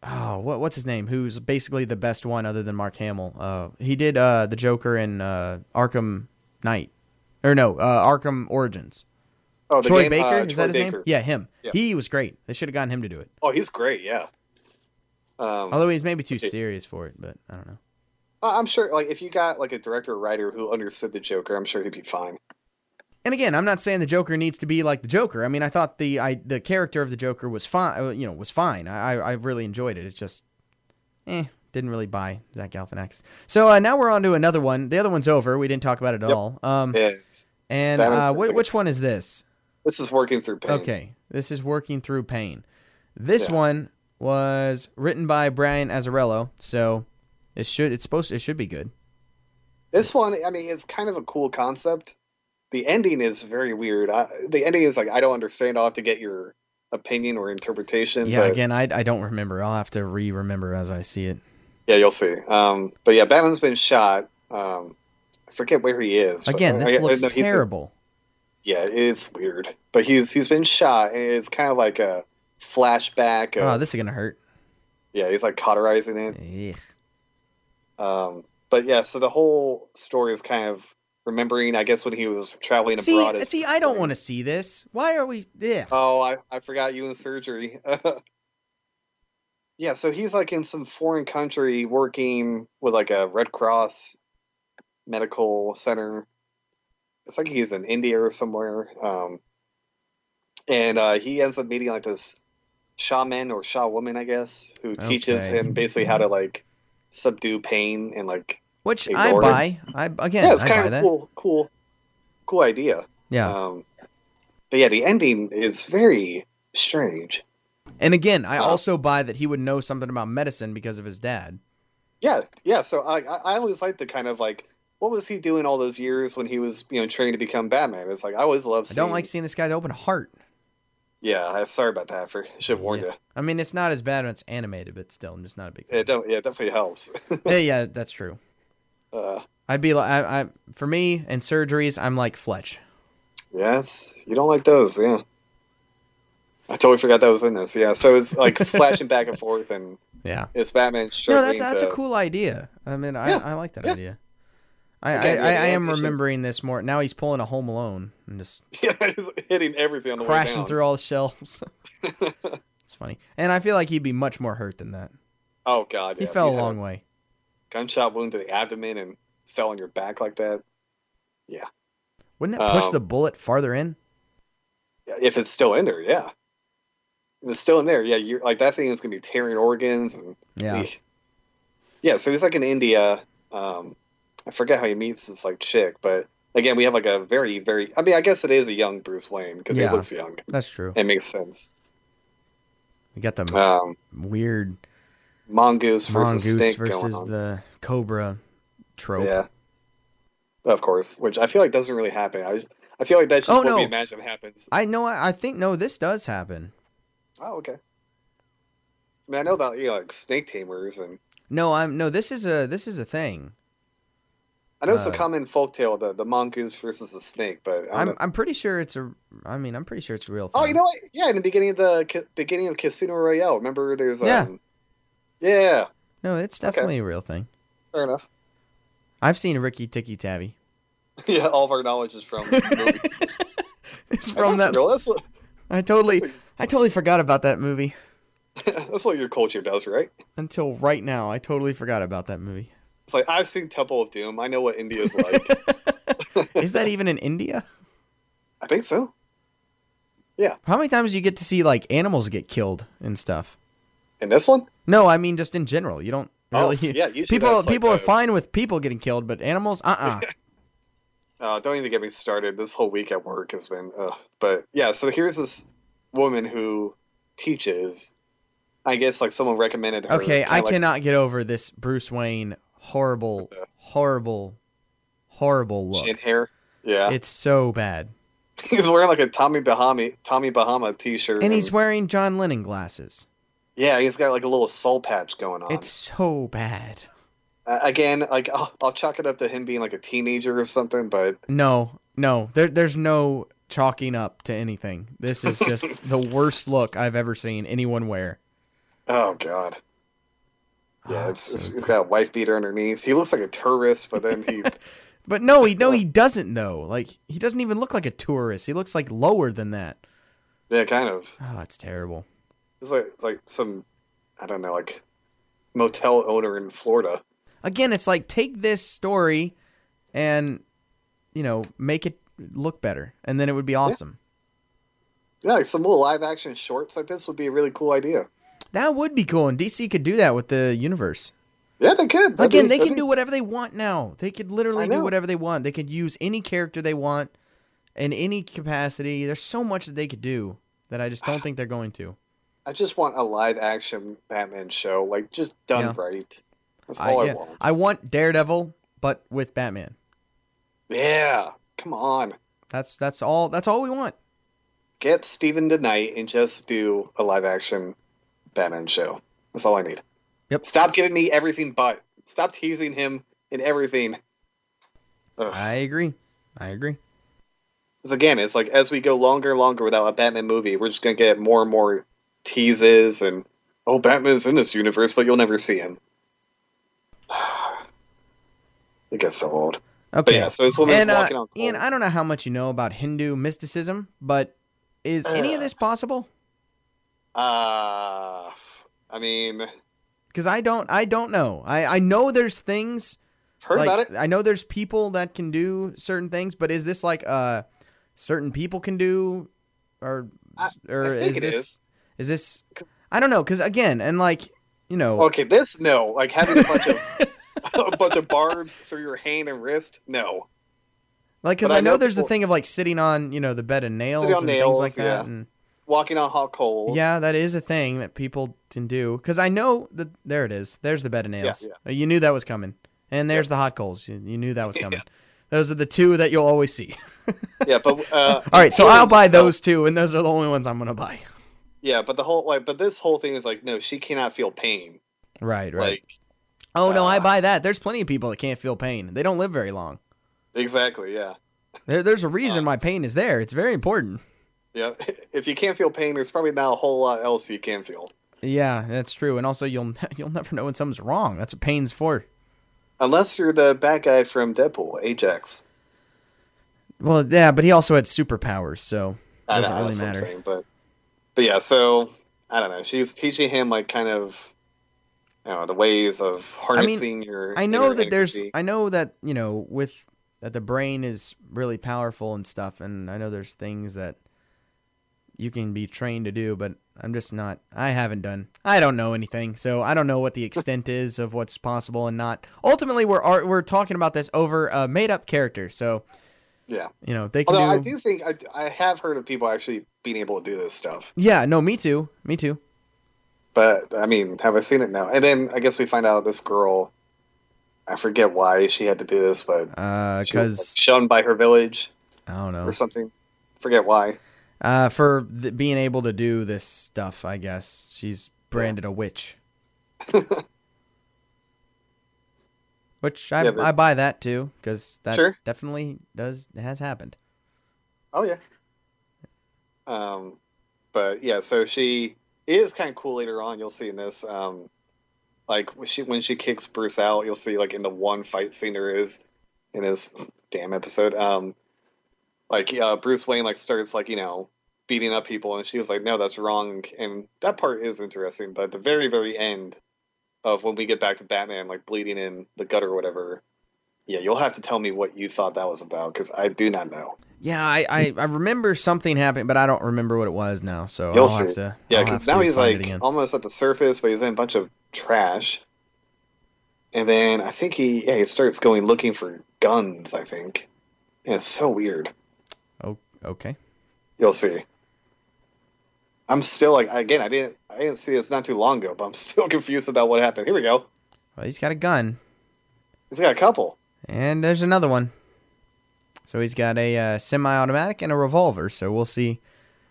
Speaker 3: oh, what what's his name? Who's basically the best one other than Mark Hamill? Uh, he did uh the Joker in uh Arkham Knight, or no, uh, Arkham Origins.
Speaker 2: Oh, the
Speaker 3: Troy
Speaker 2: game,
Speaker 3: Baker
Speaker 2: uh,
Speaker 3: is
Speaker 2: Troy
Speaker 3: that his
Speaker 2: Baker.
Speaker 3: name? Yeah, him.
Speaker 2: Yeah.
Speaker 3: He was great. They should have gotten him to do it.
Speaker 2: Oh, he's great. Yeah. Um,
Speaker 3: Although he's maybe too
Speaker 2: Okay.
Speaker 3: serious for it, but I don't know.
Speaker 2: I- I'm sure, like, if you got like a director or writer who understood the Joker, I'm sure he'd be fine.
Speaker 3: and again, I'm not saying the Joker needs to be like the Joker. I mean, I thought the I the character of the Joker was fine. You know, was fine. I I I really enjoyed it. It's just, eh, didn't really buy Zach Galifianakis. So uh, now we're on to another one. The other one's over. We didn't talk about it at
Speaker 2: Yep.
Speaker 3: all. Um,
Speaker 2: Yeah,
Speaker 3: and
Speaker 2: That was
Speaker 3: uh,
Speaker 2: something-
Speaker 3: wh- which one is this?
Speaker 2: this is working through pain.
Speaker 3: Okay, this is working through pain. This
Speaker 2: Yeah.
Speaker 3: one was written by Brian Azzarello, so it should it's supposed it should be good.
Speaker 2: This one, I mean, it's kind of a cool concept. The ending is very weird. I, the ending is like I don't understand. I'll have to get your opinion or interpretation.
Speaker 3: Yeah,
Speaker 2: but
Speaker 3: again, I I don't remember. I'll have to re remember as I see it.
Speaker 2: Yeah, you'll see. Um, but yeah, Batman's been shot. Um, I forget where he is. but-
Speaker 3: Again,
Speaker 2: I-
Speaker 3: this
Speaker 2: I
Speaker 3: looks
Speaker 2: know uh, he's-
Speaker 3: terrible.
Speaker 2: yeah, it's weird. But he's he's been shot, and it's kind of like a flashback. Of,
Speaker 3: Oh, this is gonna hurt.
Speaker 2: yeah, he's like cauterizing it.
Speaker 3: Ugh.
Speaker 2: Um, but yeah, so the whole story is kind of remembering, I guess, when he was traveling abroad.
Speaker 3: See,
Speaker 2: as-
Speaker 3: see, I don't want to see this. Why are we? Yeah.
Speaker 2: Oh, I, I forgot you in surgery. yeah, so he's like in some foreign country working with like a Red Cross medical center. It's like he's in India or somewhere. Um, and uh, he ends up meeting like this shaman or shaman woman, I guess, who teaches
Speaker 3: Okay.
Speaker 2: him basically how to like subdue pain and like
Speaker 3: Which
Speaker 2: Hey,
Speaker 3: I
Speaker 2: Gordon.
Speaker 3: buy. I again,
Speaker 2: yeah, it's
Speaker 3: I
Speaker 2: kind
Speaker 3: buy
Speaker 2: of
Speaker 3: that.
Speaker 2: cool, cool, cool idea.
Speaker 3: Yeah.
Speaker 2: Um, but yeah, the ending is very strange.
Speaker 3: and again, I
Speaker 2: uh,
Speaker 3: also buy that he would know something about medicine because of his dad.
Speaker 2: Yeah, yeah. So I, I I always liked the kind of like, what was he doing all those years when he was, you know, training to become Batman? It's like I always love.
Speaker 3: I
Speaker 2: Seeing,
Speaker 3: don't like seeing this guy's open heart.
Speaker 2: Yeah, I- sorry about that. For should have warned
Speaker 3: Yeah. I mean, it's not as bad when it's animated, but still, I'm just not a big
Speaker 2: you.
Speaker 3: fan.
Speaker 2: It don't, yeah, it definitely helps.
Speaker 3: Yeah, yeah, that's true.
Speaker 2: Uh,
Speaker 3: I'd be like, I, I, for me and surgeries, I'm like Fletch.
Speaker 2: yes, you don't like those, yeah. I totally forgot that was in this. Yeah, so it's like flashing back and forth, and
Speaker 3: Yeah.
Speaker 2: it's Batman.
Speaker 3: No,
Speaker 2: struggling
Speaker 3: that's that's a
Speaker 2: to-
Speaker 3: cool idea. I mean, I,
Speaker 2: Yeah,
Speaker 3: I like that
Speaker 2: yeah.
Speaker 3: idea. I,
Speaker 2: Again, yeah,
Speaker 3: I, I,
Speaker 2: the
Speaker 3: I am
Speaker 2: locations.
Speaker 3: remembering this more. Now he's pulling a Home Alone and just
Speaker 2: Yeah, he's hitting everything on the way
Speaker 3: crashing
Speaker 2: down.
Speaker 3: through all the shelves. it's funny, and I feel like he'd be much more hurt than that.
Speaker 2: Oh god,
Speaker 3: He
Speaker 2: yeah.
Speaker 3: fell
Speaker 2: You
Speaker 3: a
Speaker 2: had
Speaker 3: long way.
Speaker 2: gunshot wound to the abdomen and fell on your back like that.
Speaker 3: Wouldn't it push
Speaker 2: Um,
Speaker 3: the bullet farther in?
Speaker 2: If it's still in there, yeah. If it's still in there, yeah. You're like that thing is gonna be tearing organs and
Speaker 3: Yeah.
Speaker 2: Eesh. yeah. So he's like in India. Um, I forget how he meets this like chick, but again, we have like a very, very. I mean, I guess it is a young Bruce Wayne because
Speaker 3: Yeah.
Speaker 2: he looks young.
Speaker 3: That's true.
Speaker 2: It makes sense.
Speaker 3: We got the
Speaker 2: Um,
Speaker 3: weird
Speaker 2: mongoose versus
Speaker 3: mongoose
Speaker 2: snake
Speaker 3: versus
Speaker 2: going on.
Speaker 3: the cobra trope.
Speaker 2: yeah, of course. Which I feel like doesn't really happen. I I feel like that's just
Speaker 3: Oh,
Speaker 2: what
Speaker 3: no.
Speaker 2: we imagine happens.
Speaker 3: I know. I, I think no. This does happen.
Speaker 2: Oh, okay. I mean, I know about you know, like snake tamers, and
Speaker 3: No, I'm no. This is a this is a thing.
Speaker 2: I know it's a
Speaker 3: Uh,
Speaker 2: common folktale, the the mongoose versus the snake. But I
Speaker 3: I'm
Speaker 2: am
Speaker 3: I'm pretty sure it's a. I mean, I'm pretty sure it's a real. Thing.
Speaker 2: oh, you know what? Yeah, in the beginning of the ca- beginning of Casino Royale, remember there's um,
Speaker 3: Yeah.
Speaker 2: yeah,
Speaker 3: No, it's definitely a real thing.
Speaker 2: fair enough.
Speaker 3: I've seen Ricky Ticky Tabby.
Speaker 2: yeah, all of our knowledge is from the movie.
Speaker 3: It's from
Speaker 2: that's
Speaker 3: that.
Speaker 2: real. That's what
Speaker 3: I totally, I totally forgot about that movie
Speaker 2: that's what your culture does, right?
Speaker 3: until right now. I totally forgot about that movie.
Speaker 2: It's like I've seen Temple of Doom. I know what India's like.
Speaker 3: Is that even in India?
Speaker 2: I think so.
Speaker 3: How many times do you get to see like animals get killed and stuff?
Speaker 2: And this one,
Speaker 3: No, I mean just in general. You don't
Speaker 2: Oh,
Speaker 3: really.
Speaker 2: yeah, usually
Speaker 3: people
Speaker 2: that's like
Speaker 3: people are
Speaker 2: the-
Speaker 3: fine with people getting killed, but animals, uh, uh
Speaker 2: Uh, don't even get me started. This whole week at work has been, ugh. but yeah. So here's this woman who teaches. I guess like someone recommended her.
Speaker 3: Okay,
Speaker 2: kinda
Speaker 3: I
Speaker 2: like-
Speaker 3: cannot get over this Bruce Wayne horrible, horrible, horrible
Speaker 2: Chin
Speaker 3: look.
Speaker 2: hair. Yeah,
Speaker 3: It's so bad,
Speaker 2: he's wearing like a Tommy Bahama Tommy Bahama T-shirt,
Speaker 3: and he's wearing John Lennon glasses.
Speaker 2: yeah, he's got like a little soul patch going on.
Speaker 3: It's so bad.
Speaker 2: Uh, again like I'll, I'll chalk it up to him being like a teenager or something, but
Speaker 3: No, no, there, there's no chalking up to anything. This is just the worst look I've ever seen anyone wear.
Speaker 2: oh god, yeah,
Speaker 3: Ah,
Speaker 2: it's,
Speaker 3: so-
Speaker 2: it's, he's got a wife beater underneath. He looks like a tourist, but then he
Speaker 3: but no, he no, he doesn't though. Like he doesn't even look like a tourist. He looks like lower than that.
Speaker 2: yeah, kind of.
Speaker 3: Oh, it's terrible.
Speaker 2: It's like it's like some I don't know like motel owner in Florida.
Speaker 3: Again, it's like take this story, and you know make it look better, and then it would be awesome.
Speaker 2: Yeah, like some little live action shorts like this would be a really cool idea.
Speaker 3: That would be cool, and DC could do that with the universe.
Speaker 2: Yeah, they could. That'd
Speaker 3: Again,
Speaker 2: be-
Speaker 3: they
Speaker 2: that'd
Speaker 3: can
Speaker 2: be-
Speaker 3: do whatever they want now. They could
Speaker 2: I
Speaker 3: literally
Speaker 2: know.
Speaker 3: do whatever they want. They could use any character they want in any capacity. There's so much that they could do that I just don't think they're going to.
Speaker 2: I just want a live action Batman show, like just done
Speaker 3: Yeah.
Speaker 2: right. That's
Speaker 3: I,
Speaker 2: all I,
Speaker 3: yeah.
Speaker 2: want.
Speaker 3: I want Daredevil, but with Batman.
Speaker 2: Yeah, come on,
Speaker 3: That's that's all. That's all we want.
Speaker 2: get Steven tonight and just do a live action Batman show. That's all I need.
Speaker 3: Yep.
Speaker 2: Stop giving me everything but. Stop teasing him in everything. Ugh.
Speaker 3: I agree. I agree.
Speaker 2: 'Cause again, it's like as we go longer and longer without a Batman movie, we're just gonna get more and more teases and oh, Batman's in this universe, but you'll never see him. it gets so old. But
Speaker 3: Okay.
Speaker 2: yeah, so this woman's
Speaker 3: and uh,
Speaker 2: walking on cold.
Speaker 3: Ian, I don't know how much you know about Hindu mysticism, but is any of
Speaker 2: Ugh.
Speaker 3: this possible?
Speaker 2: Uh, I mean,
Speaker 3: Because I don't. I don't know. I I know there's things
Speaker 2: heard
Speaker 3: like,
Speaker 2: about it.
Speaker 3: I know there's people that can do certain things, but is this like uh certain people can do or
Speaker 2: I-
Speaker 3: or
Speaker 2: I think
Speaker 3: is
Speaker 2: it
Speaker 3: this
Speaker 2: is.
Speaker 3: is this
Speaker 2: 'Cause- Oh,
Speaker 3: I don't know cuz again and like you know
Speaker 2: Okay, this no, like having a bunch of a bunch of barbs through your hand and wrist. No,
Speaker 3: like cuz
Speaker 2: but
Speaker 3: I,
Speaker 2: I
Speaker 3: know,
Speaker 2: know
Speaker 3: there's the
Speaker 2: people-
Speaker 3: thing of like sitting on, you know, the bed and nails
Speaker 2: on
Speaker 3: and
Speaker 2: nails,
Speaker 3: things like that
Speaker 2: yeah.
Speaker 3: and
Speaker 2: walking on hot coals.
Speaker 3: yeah, that is a thing that people can do cuz I know that there it is. There's the bed and nails. You knew that was coming. And there's the hot coals. You, you knew that was
Speaker 2: Yeah.
Speaker 3: coming. Those are the two that you'll always see.
Speaker 2: yeah, but uh,
Speaker 3: All right, so
Speaker 2: Ian-
Speaker 3: I'll buy
Speaker 2: so-
Speaker 3: those two and those are the only ones I'm going to buy.
Speaker 2: yeah, but the whole like, but this whole thing is like, no, she cannot feel pain.
Speaker 3: Right, right.
Speaker 2: Like
Speaker 3: Oh no, I
Speaker 2: Uh,
Speaker 3: buy that. There's plenty of people that can't feel pain. They don't live very long.
Speaker 2: exactly, yeah,
Speaker 3: There, there's a reason
Speaker 2: Uh,
Speaker 3: why pain is there. It's very important.
Speaker 2: yeah. If you can't feel pain, there's probably not a whole lot else you can feel,
Speaker 3: Yeah, that's true. And also, you'll you'll never know when something's wrong. That's what pain's for.
Speaker 2: unless you're the bad guy from Deadpool, Ajax.
Speaker 3: Well, yeah, but he also had superpowers, so
Speaker 2: I
Speaker 3: Doesn't
Speaker 2: know,
Speaker 3: really
Speaker 2: that's what I'm
Speaker 3: matter.
Speaker 2: saying, but but yeah, so I don't know. She's teaching him like kind of you know, the ways of harnessing your.
Speaker 3: I know
Speaker 2: inner
Speaker 3: that there's.
Speaker 2: energy.
Speaker 3: I know that you know with that the brain is really powerful and stuff, and I know there's things that you can be trained to do, but I'm just not. I haven't done. I don't know anything, so I don't know what the extent is of what's possible and not. Ultimately, we're ar- we're talking about this over a made up character, so
Speaker 2: Yeah.
Speaker 3: you know they can
Speaker 2: Although I
Speaker 3: do.
Speaker 2: do think I, I have heard of people actually being able to do this stuff,
Speaker 3: Yeah, no, me too, me too.
Speaker 2: but I mean, have I seen it now? And then I guess we find out this girl. I forget why she had to do this, but she was, like,
Speaker 3: Because Oh.
Speaker 2: shunned by her village
Speaker 3: uh, I don't know.
Speaker 2: or something. Forget why.
Speaker 3: Uh, for th- being able to do this stuff, I guess she's branded a witch. Which I,
Speaker 2: Yeah, but-
Speaker 3: I buy that too, because that
Speaker 2: Sure.
Speaker 3: definitely does has happened.
Speaker 2: Oh yeah. Um, but yeah, so she is kind of cool later on. You'll see in this, um, like when she when she kicks Bruce out, you'll see like in the one fight scene there is in his damn episode. Um, like uh, Bruce Wayne like starts like you know beating up people, and she was like, no, that's wrong. And that part is interesting, but at the very very end of when we get back to Batman, like bleeding in the gutter or whatever. Yeah, you'll have to tell me what you thought that was about because I do not know.
Speaker 3: Yeah, I, I, I remember something happening, but I don't remember what it was now. So
Speaker 2: You'll
Speaker 3: I'll
Speaker 2: see.
Speaker 3: have to.
Speaker 2: Yeah,
Speaker 3: I'll
Speaker 2: because
Speaker 3: have
Speaker 2: now
Speaker 3: to
Speaker 2: he's
Speaker 3: find it
Speaker 2: like
Speaker 3: again.
Speaker 2: almost at the surface, but he's in a bunch of trash. And then I think he yeah he starts going looking for guns. I think, and it's so weird.
Speaker 3: Oh, okay.
Speaker 2: You'll see. I'm still like again. I didn't I didn't see this not too long ago, but I'm still confused about what happened. Here we go.
Speaker 3: Well, he's got a gun,
Speaker 2: He's got a couple.
Speaker 3: and there's another one. So he's got a uh, semi-automatic and a revolver. So we'll see.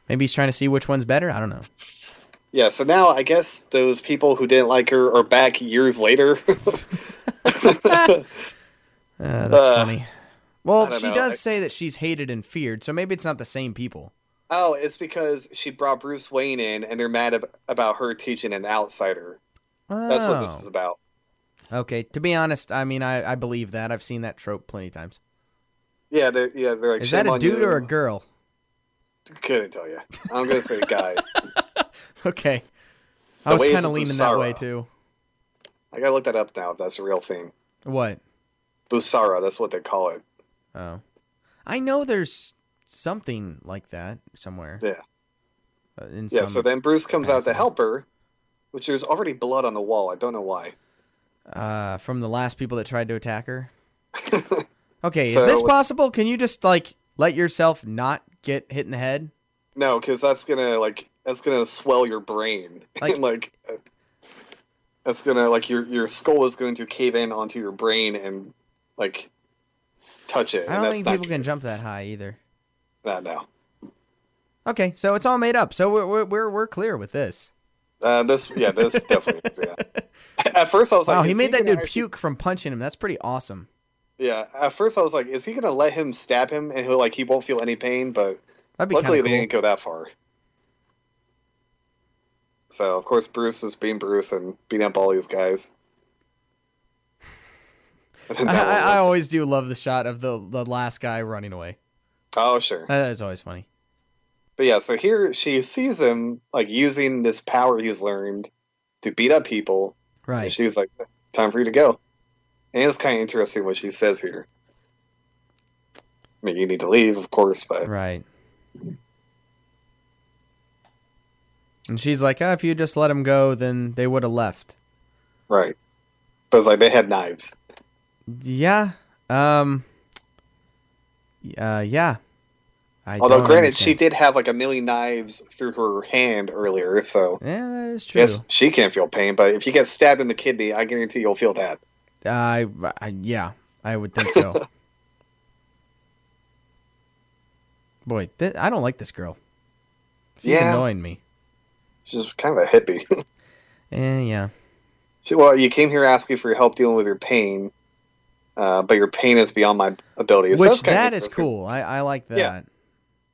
Speaker 3: Maybe he's trying to see which one's better. I don't know.
Speaker 2: Yeah. So now I guess those people who didn't like her are back years later.
Speaker 3: Uh, that's
Speaker 2: Uh,
Speaker 3: funny. Well,
Speaker 2: don't
Speaker 3: she
Speaker 2: know.
Speaker 3: does
Speaker 2: I-
Speaker 3: say that she's hated and feared, so maybe it's not the same people.
Speaker 2: oh, it's because she brought Bruce Wayne in, and they're mad ab- about her teaching an outsider. That's what this
Speaker 3: Oh.
Speaker 2: is about.
Speaker 3: Okay, to be honest, I mean, I, I believe that. I've seen that trope plenty of times.
Speaker 2: Yeah, they're, yeah, they're like.
Speaker 3: Is that
Speaker 2: "Shame
Speaker 3: a
Speaker 2: on
Speaker 3: dude
Speaker 2: you."
Speaker 3: or a girl?
Speaker 2: Couldn't tell you. I'm gonna say guy.
Speaker 3: Okay. I
Speaker 2: The
Speaker 3: was
Speaker 2: ways
Speaker 3: kind of
Speaker 2: of
Speaker 3: leaning that way,
Speaker 2: Busara.
Speaker 3: too.
Speaker 2: I gotta look that up now if that's a real thing.
Speaker 3: What?
Speaker 2: Busara, that's what they call it.
Speaker 3: Oh. I know there's something like that somewhere.
Speaker 2: Yeah.
Speaker 3: Uh, in
Speaker 2: Yeah.
Speaker 3: some-
Speaker 2: So then Bruce comes out to
Speaker 3: asshole.
Speaker 2: help her, which there's already blood on the wall. I don't know why.
Speaker 3: uh, from the last people that tried to attack her. Okay,
Speaker 2: So-
Speaker 3: is this possible? Can you just, like, let yourself not get hit in the head?
Speaker 2: No, because that's gonna like that's gonna swell your brain.
Speaker 3: Like-
Speaker 2: Like, like uh, that's gonna like your your skull is going to cave in onto your brain and like touch it.
Speaker 3: I
Speaker 2: and
Speaker 3: don't
Speaker 2: that's
Speaker 3: think
Speaker 2: not
Speaker 3: people can jump that high either.
Speaker 2: No, no.
Speaker 3: Okay, so it's all made up. So we're we're we're, we're clear with this.
Speaker 2: Uh, this, yeah, this definitely is. Yeah. At first, I was like,
Speaker 3: Wow, he
Speaker 2: is
Speaker 3: made that
Speaker 2: gonna
Speaker 3: dude
Speaker 2: actually-
Speaker 3: puke from punching him. That's pretty awesome.
Speaker 2: Yeah. At first, I was like, is he gonna let him stab him and he'll like he won't feel any pain? But
Speaker 3: That'd be
Speaker 2: luckily,
Speaker 3: kind of
Speaker 2: they
Speaker 3: cool.
Speaker 2: didn't go that far. So of course, Bruce is being Bruce and beating up all these guys. And then
Speaker 3: I,
Speaker 2: that one
Speaker 3: I, I
Speaker 2: wins.
Speaker 3: always do love the shot of the the last guy running away.
Speaker 2: oh sure.
Speaker 3: That is always funny.
Speaker 2: But yeah, so here she sees him like using this power he's learned to beat up people, and
Speaker 3: Right.
Speaker 2: she was like, "Time for you to go." And it's kind of interesting what she says here. I mean, you need to leave, of course, but
Speaker 3: Right. And she's like, ah, if you just let him go, then they would have left.
Speaker 2: right. But it's like they had knives.
Speaker 3: Yeah. Um. Uh. Yeah. I
Speaker 2: Although,
Speaker 3: don't
Speaker 2: granted, she
Speaker 3: understand.
Speaker 2: did have like a million knives through her hand earlier, so
Speaker 3: Yeah, that is true.
Speaker 2: yes, she can't feel pain. But if you get stabbed in the kidney, I guarantee you'll feel that.
Speaker 3: I, I yeah, I would think so. Boy, th- I don't like this girl. She's
Speaker 2: Yeah.
Speaker 3: annoying me.
Speaker 2: She's kind of a hippie.
Speaker 3: Eh, yeah.
Speaker 2: She- Well, you came here asking for help dealing with your pain, uh, but your pain is beyond my abilities. So
Speaker 3: Which
Speaker 2: that's kinda
Speaker 3: that is
Speaker 2: interesting.
Speaker 3: cool. I, I like that.
Speaker 2: Yeah.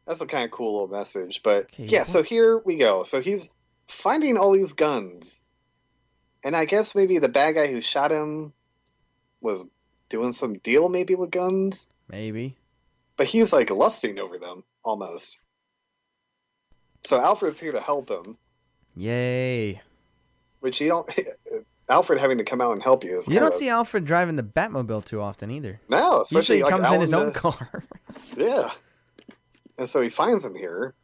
Speaker 2: That's a kind of cool little message. But
Speaker 3: Okay,
Speaker 2: yeah, so here we go. So he's finding all these guns, and I guess maybe the bad guy who shot him was doing some deal maybe with guns,
Speaker 3: Maybe.
Speaker 2: but he's like lusting over them almost. So Alfred's here to help him,
Speaker 3: Yay.
Speaker 2: which you don't. Alfred having to come out and help you is
Speaker 3: You don't
Speaker 2: kinda-
Speaker 3: see Alfred driving the Batmobile too often either.
Speaker 2: no, especially
Speaker 3: Usually he
Speaker 2: like,
Speaker 3: comes
Speaker 2: out
Speaker 3: in his own
Speaker 2: the-
Speaker 3: car.
Speaker 2: Yeah. And so he finds him here.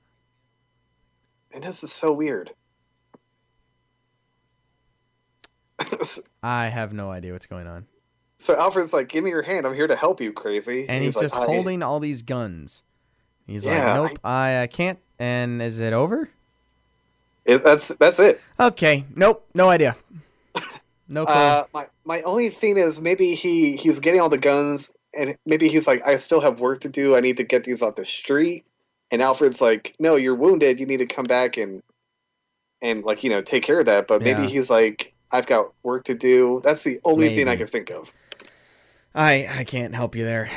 Speaker 2: And this is so weird.
Speaker 3: I have no idea what's going on.
Speaker 2: so Alfred's like, Give me your hand. I'm here to help you, crazy.
Speaker 3: And he's,
Speaker 2: like,
Speaker 3: just
Speaker 2: "I-
Speaker 3: holding all these guns. He's
Speaker 2: Yeah,
Speaker 3: like, nope, I, I can't. And is it over?
Speaker 2: It, that's, that's it.
Speaker 3: Okay. Nope. No idea. No clue.
Speaker 2: Uh, my, my only thing is maybe he, he's getting all the guns, and maybe he's like, I still have work to do. I need to get these off the street. And Alfred's like, No, you're wounded. You need to come back and, and like, you know, take care of that. But maybe
Speaker 3: Yeah.
Speaker 2: he's like, I've got work to do. That's the only thing I
Speaker 3: Maybe.
Speaker 2: can think of.
Speaker 3: I I can't help you there.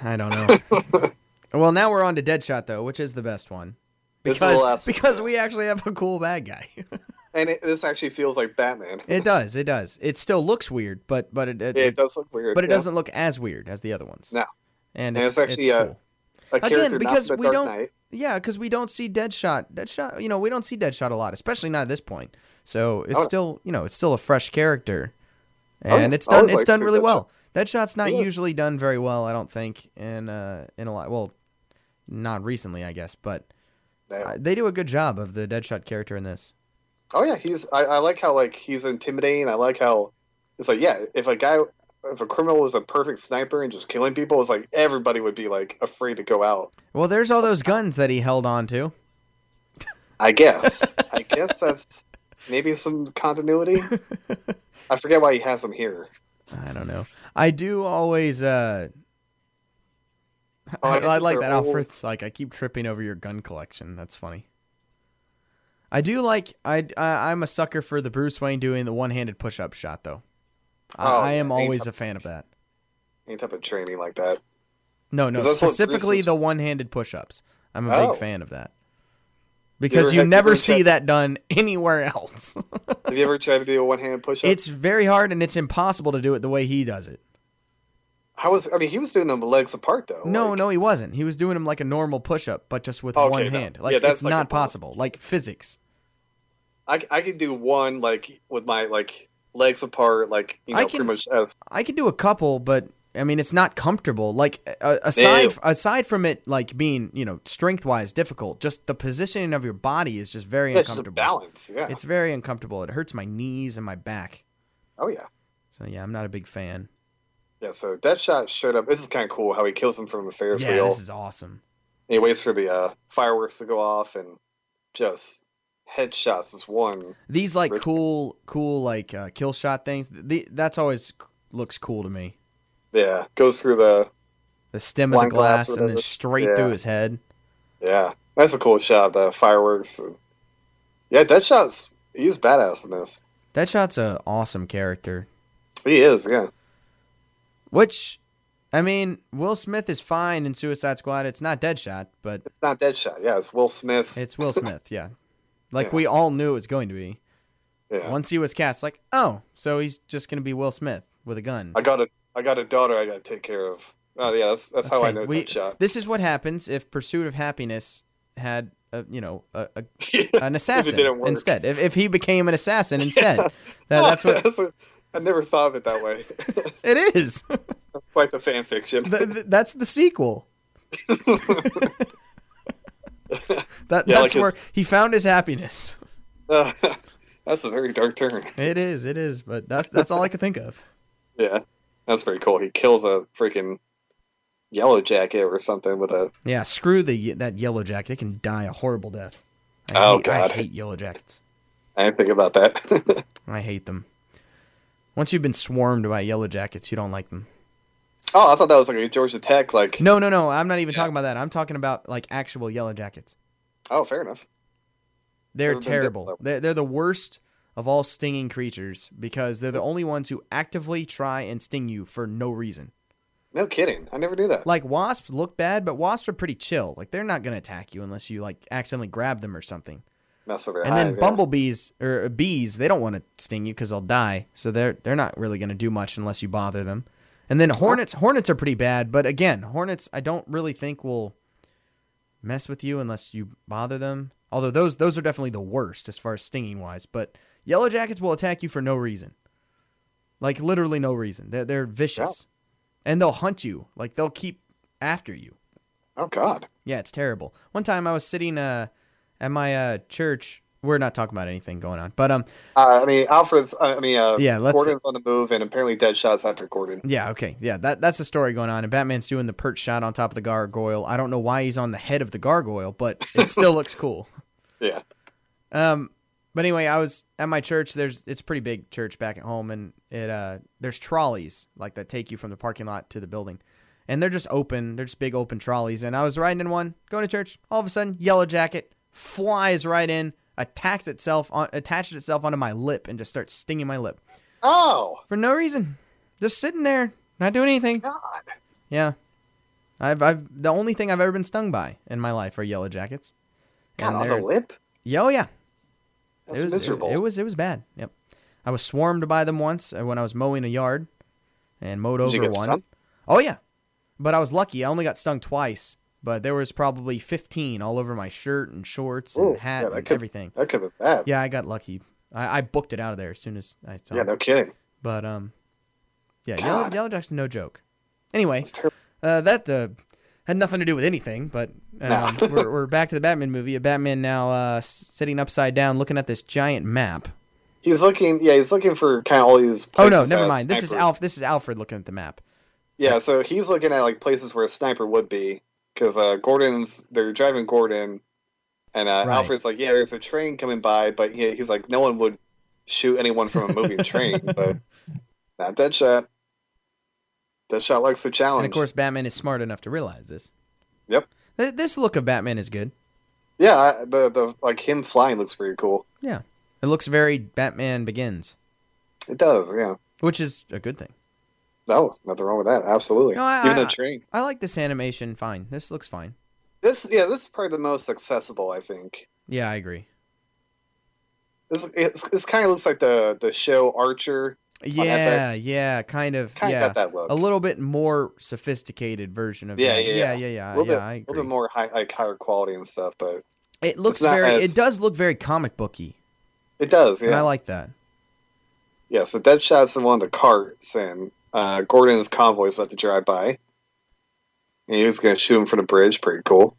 Speaker 3: I don't know. well, now we're on to Deadshot though, which is the best one.
Speaker 2: This is
Speaker 3: Because
Speaker 2: the last one,
Speaker 3: because
Speaker 2: yeah.
Speaker 3: we actually have a cool bad guy.
Speaker 2: And it, this actually feels like Batman.
Speaker 3: it does. It does. It still looks weird, but but it, it,
Speaker 2: Yeah, it does look weird.
Speaker 3: but it
Speaker 2: yeah.
Speaker 3: doesn't look as weird as the other ones.
Speaker 2: No. And
Speaker 3: And
Speaker 2: it's
Speaker 3: it's,
Speaker 2: actually,
Speaker 3: it's
Speaker 2: uh,
Speaker 3: cool.
Speaker 2: A
Speaker 3: again,
Speaker 2: character
Speaker 3: because
Speaker 2: not in the
Speaker 3: we
Speaker 2: Dark
Speaker 3: don't-
Speaker 2: Knight.
Speaker 3: Yeah, because we don't see Deadshot. Deadshot, you know, we don't see Deadshot a lot, especially not at this point. So it's
Speaker 2: Oh, no.
Speaker 3: still, you know, it's still a fresh character,
Speaker 2: Oh, yeah.
Speaker 3: and it's
Speaker 2: I
Speaker 3: done.
Speaker 2: always
Speaker 3: It's
Speaker 2: liked
Speaker 3: done
Speaker 2: Sir
Speaker 3: really
Speaker 2: Deadshot.
Speaker 3: well. Deadshot's not
Speaker 2: He is.
Speaker 3: usually done very well, I don't think, in uh, in a lot. Well, not recently, I guess, but
Speaker 2: No.
Speaker 3: uh, they do a good job of the Deadshot character in this.
Speaker 2: Oh yeah, he's. I, I like how like he's intimidating. I like how it's like yeah, if a guy, if a criminal was a perfect sniper and just killing people, it's like everybody would be like afraid to go out.
Speaker 3: Well, there's all those guns that he held on to.
Speaker 2: I guess. I guess that's maybe some continuity. I forget why he has them here.
Speaker 3: I don't know. I do always. Uh,
Speaker 2: Oh,
Speaker 3: I,
Speaker 2: guess
Speaker 3: I
Speaker 2: it's
Speaker 3: like
Speaker 2: their
Speaker 3: that
Speaker 2: old-
Speaker 3: Alfred's like I keep tripping over your gun collection. That's funny. I do like I, I I'm a sucker for the Bruce Wayne doing the one-handed push-up shot though. I,
Speaker 2: Oh,
Speaker 3: I am
Speaker 2: yeah,
Speaker 3: always
Speaker 2: anytime.
Speaker 3: a fan of that.
Speaker 2: Any type of training like that.
Speaker 3: No, no,
Speaker 2: 'Cause that's what Bruce
Speaker 3: specifically
Speaker 2: is-
Speaker 3: the one-handed push-ups. I'm a
Speaker 2: Oh.
Speaker 3: big fan of that. Because
Speaker 2: ever
Speaker 3: you,
Speaker 2: had- you
Speaker 3: never
Speaker 2: ever
Speaker 3: see
Speaker 2: tried-
Speaker 3: that done anywhere else.
Speaker 2: Have you ever tried to do a one hand push up?
Speaker 3: it's very hard and it's impossible to do it the way he does it.
Speaker 2: How was? I mean, he was doing them legs apart though.
Speaker 3: No,
Speaker 2: like-
Speaker 3: no, he wasn't. He was doing him like a normal push-up, but just with
Speaker 2: Okay,
Speaker 3: one
Speaker 2: no.
Speaker 3: hand.
Speaker 2: Yeah,
Speaker 3: Like
Speaker 2: that's
Speaker 3: it's
Speaker 2: like
Speaker 3: not
Speaker 2: impossible.
Speaker 3: possible. Like physics.
Speaker 2: I, I could do one like with my like legs apart, like you know,
Speaker 3: I can-
Speaker 2: pretty much as
Speaker 3: I can do a couple, but I mean it's not comfortable. Like uh, aside aside from it like being you know strength wise difficult, just the positioning of your body is just very
Speaker 2: yeah, it's just a
Speaker 3: uncomfortable.
Speaker 2: balance. Yeah.
Speaker 3: It's very uncomfortable. It hurts my knees and my back.
Speaker 2: oh yeah.
Speaker 3: So yeah, I'm not a big fan.
Speaker 2: Yeah. So Deadshot showed up. This is kind of cool how he kills him from a Ferris
Speaker 3: yeah,
Speaker 2: wheel.
Speaker 3: this is awesome.
Speaker 2: And he waits for the uh, fireworks to go off and just headshots. This one.
Speaker 3: These like
Speaker 2: Rich-
Speaker 3: cool cool like uh, kill shot things. The, that's always c- looks cool to me.
Speaker 2: Yeah. Goes through the.
Speaker 3: The stem of the
Speaker 2: Wine glass,
Speaker 3: glass, and then
Speaker 2: whatever.
Speaker 3: straight
Speaker 2: Yeah.
Speaker 3: through his head.
Speaker 2: Yeah. That's a cool shot. The fireworks. And, yeah. Deadshot's He's badass in this.
Speaker 3: Deadshot's an awesome character.
Speaker 2: He is, yeah.
Speaker 3: Which, I mean, Will Smith is fine in Suicide Squad. It's not Deadshot, but
Speaker 2: It's not Deadshot. Yeah, it's Will Smith.
Speaker 3: it's Will Smith. Yeah, like
Speaker 2: Yeah.
Speaker 3: we all knew it was going to be.
Speaker 2: yeah.
Speaker 3: Once he was cast, like, oh, so he's just gonna be Will Smith with a gun.
Speaker 2: I got a I got a daughter I gotta take care of. Oh yeah, that's that's how I
Speaker 3: Okay,
Speaker 2: know
Speaker 3: we-
Speaker 2: Deadshot.
Speaker 3: This is what happens if Pursuit of Happiness had, a, you know, a, a,
Speaker 2: Yeah.
Speaker 3: an assassin
Speaker 2: didn't work.
Speaker 3: instead. If, if he became an assassin instead, that, that's what
Speaker 2: I never thought of it that way.
Speaker 3: it is.
Speaker 2: that's quite the fan fiction.
Speaker 3: Th- th- that's the sequel. that,
Speaker 2: Yeah, like
Speaker 3: that's where
Speaker 2: his-
Speaker 3: he found his happiness.
Speaker 2: Uh, that's a very dark turn.
Speaker 3: It is, it is, but that's that's all I could think of.
Speaker 2: Yeah, that's pretty cool. He kills a freaking yellow jacket or something with a.
Speaker 3: Yeah, screw the ye- that yellow jacket. It can die a horrible death. I
Speaker 2: Oh,
Speaker 3: hate,
Speaker 2: God.
Speaker 3: I hate yellow jackets.
Speaker 2: I didn't think about that.
Speaker 3: I hate them. Once you've been swarmed by yellow jackets, you don't like them.
Speaker 2: oh, I thought that was like a Georgia Tech. Like,
Speaker 3: No, no, no. I'm not even
Speaker 2: Yeah.
Speaker 3: talking about that. I'm talking about like actual yellow jackets.
Speaker 2: oh, fair enough.
Speaker 3: They're
Speaker 2: Never been bit
Speaker 3: terrible.
Speaker 2: though.
Speaker 3: They're, they're the worst of all stinging creatures because they're the only ones who actively try and sting you for no reason.
Speaker 2: No kidding. I never knew that.
Speaker 3: Like wasps look bad, but wasps are pretty chill. Like they're not gonna attack you unless you like accidentally grab them or something.
Speaker 2: Mess with their
Speaker 3: And then
Speaker 2: hive, yeah.
Speaker 3: bumblebees or bees, they don't want to sting you because they'll die. So they're they're not really gonna do much unless you bother them. And then hornets, hornets are pretty bad, but again, hornets I don't really think will mess with you unless you bother them. Although those those are definitely the worst as far as stinging wise. But yellow jackets will attack you for no reason, like literally no reason. They're they're vicious, and they'll hunt you. Like they'll keep after you.
Speaker 2: Oh God.
Speaker 3: Yeah, it's terrible. One time I was sitting uh at my uh church. We're not talking about anything going on, but um,
Speaker 2: Uh, I mean, Alfred's. I mean, uh,
Speaker 3: Yeah, let's-
Speaker 2: Gordon's on the move, and apparently Deadshot's after Gordon.
Speaker 3: yeah, okay, yeah, that that's the story going on, and Batman's doing the perch shot on top of the gargoyle. I don't know why he's on the head of the gargoyle, but it still looks cool.
Speaker 2: Yeah.
Speaker 3: Um, but anyway, I was at my church. There's it's a pretty big church back at home, and it uh there's trolleys like that take you from the parking lot to the building, and they're just open. They're just big open trolleys, and I was riding in one going to church. All of a sudden, yellow jacket flies right in, attacks itself on attaches itself onto my lip, and just starts stinging my lip
Speaker 2: Oh
Speaker 3: for no reason, just sitting there not doing anything.
Speaker 2: God.
Speaker 3: Yeah, I've I've the only thing I've ever been stung by in my life are yellow jackets.
Speaker 2: God on
Speaker 3: they're-
Speaker 2: the lip.
Speaker 3: Yeah, oh yeah,
Speaker 2: That's
Speaker 3: it was,
Speaker 2: miserable.
Speaker 3: It, it was it was bad. Yep. I was swarmed by them once uh, when I was mowing a yard and mowed
Speaker 2: Did you
Speaker 3: over
Speaker 2: get
Speaker 3: one.
Speaker 2: stung?
Speaker 3: Oh yeah. But I was lucky. I only got stung twice, but there was probably 15 all over my shirt and shorts and
Speaker 2: Ooh,
Speaker 3: hat
Speaker 2: yeah, that
Speaker 3: and
Speaker 2: could-
Speaker 3: everything.
Speaker 2: That could have been bad.
Speaker 3: Yeah, I got lucky. I, I booked it out of there as soon as I saw
Speaker 2: Yeah.
Speaker 3: it.
Speaker 2: No kidding.
Speaker 3: But um yeah, yellow,
Speaker 2: God.
Speaker 3: yellow jack's no joke. Anyway,
Speaker 2: It's terrible.
Speaker 3: uh, that uh, had nothing to do with anything, but um,
Speaker 2: No.
Speaker 3: we're, we're back to the Batman movie. Batman now uh, s- sitting upside down looking at this giant map
Speaker 2: He's looking. Yeah, he's looking for kind of all these.
Speaker 3: Oh no,
Speaker 2: places that
Speaker 3: never
Speaker 2: a
Speaker 3: mind. This is
Speaker 2: uh, sniper-
Speaker 3: Alf. This is Alfred looking at the map.
Speaker 2: Yeah, so he's looking at like places where a sniper would be because uh, Gordon's they're driving Gordon, and uh,
Speaker 3: Right.
Speaker 2: Alfred's like, yeah, there's a train coming by, but he, he's like, no one would shoot anyone from a moving train, but not Deadshot. Deadshot likes the challenge.
Speaker 3: And of course, Batman is smart enough to realize this.
Speaker 2: Yep.
Speaker 3: Th- this look of Batman is good.
Speaker 2: yeah, I- the the like him flying looks pretty cool.
Speaker 3: It looks very Batman Begins,
Speaker 2: It does, yeah.
Speaker 3: which is a good thing.
Speaker 2: No, nothing wrong with that. Absolutely,
Speaker 3: No, I-
Speaker 2: even
Speaker 3: I-
Speaker 2: the train.
Speaker 3: I like this animation. Fine. This looks fine.
Speaker 2: This, yeah, this is probably the most accessible, I think.
Speaker 3: Yeah, I agree.
Speaker 2: This it's, this kind of looks like the the show Archer.
Speaker 3: Yeah,
Speaker 2: FX.
Speaker 3: yeah, kind of.
Speaker 2: Kind of
Speaker 3: yeah,
Speaker 2: got that look.
Speaker 3: a little bit more sophisticated version of
Speaker 2: Yeah,
Speaker 3: that.
Speaker 2: yeah,
Speaker 3: yeah,
Speaker 2: yeah.
Speaker 3: yeah, yeah.
Speaker 2: a little
Speaker 3: yeah,
Speaker 2: bit,
Speaker 3: I
Speaker 2: little
Speaker 3: agree.
Speaker 2: bit more high, like higher quality and stuff, but
Speaker 3: it looks
Speaker 2: it's not
Speaker 3: very.
Speaker 2: as-
Speaker 3: It does look very comic booky,
Speaker 2: it does.
Speaker 3: and
Speaker 2: Yeah,
Speaker 3: I like that.
Speaker 2: yeah. So Deadshot's the one in the carts, and uh, Gordon's convoy's about to drive by, and he was gonna shoot him from the bridge. Pretty cool.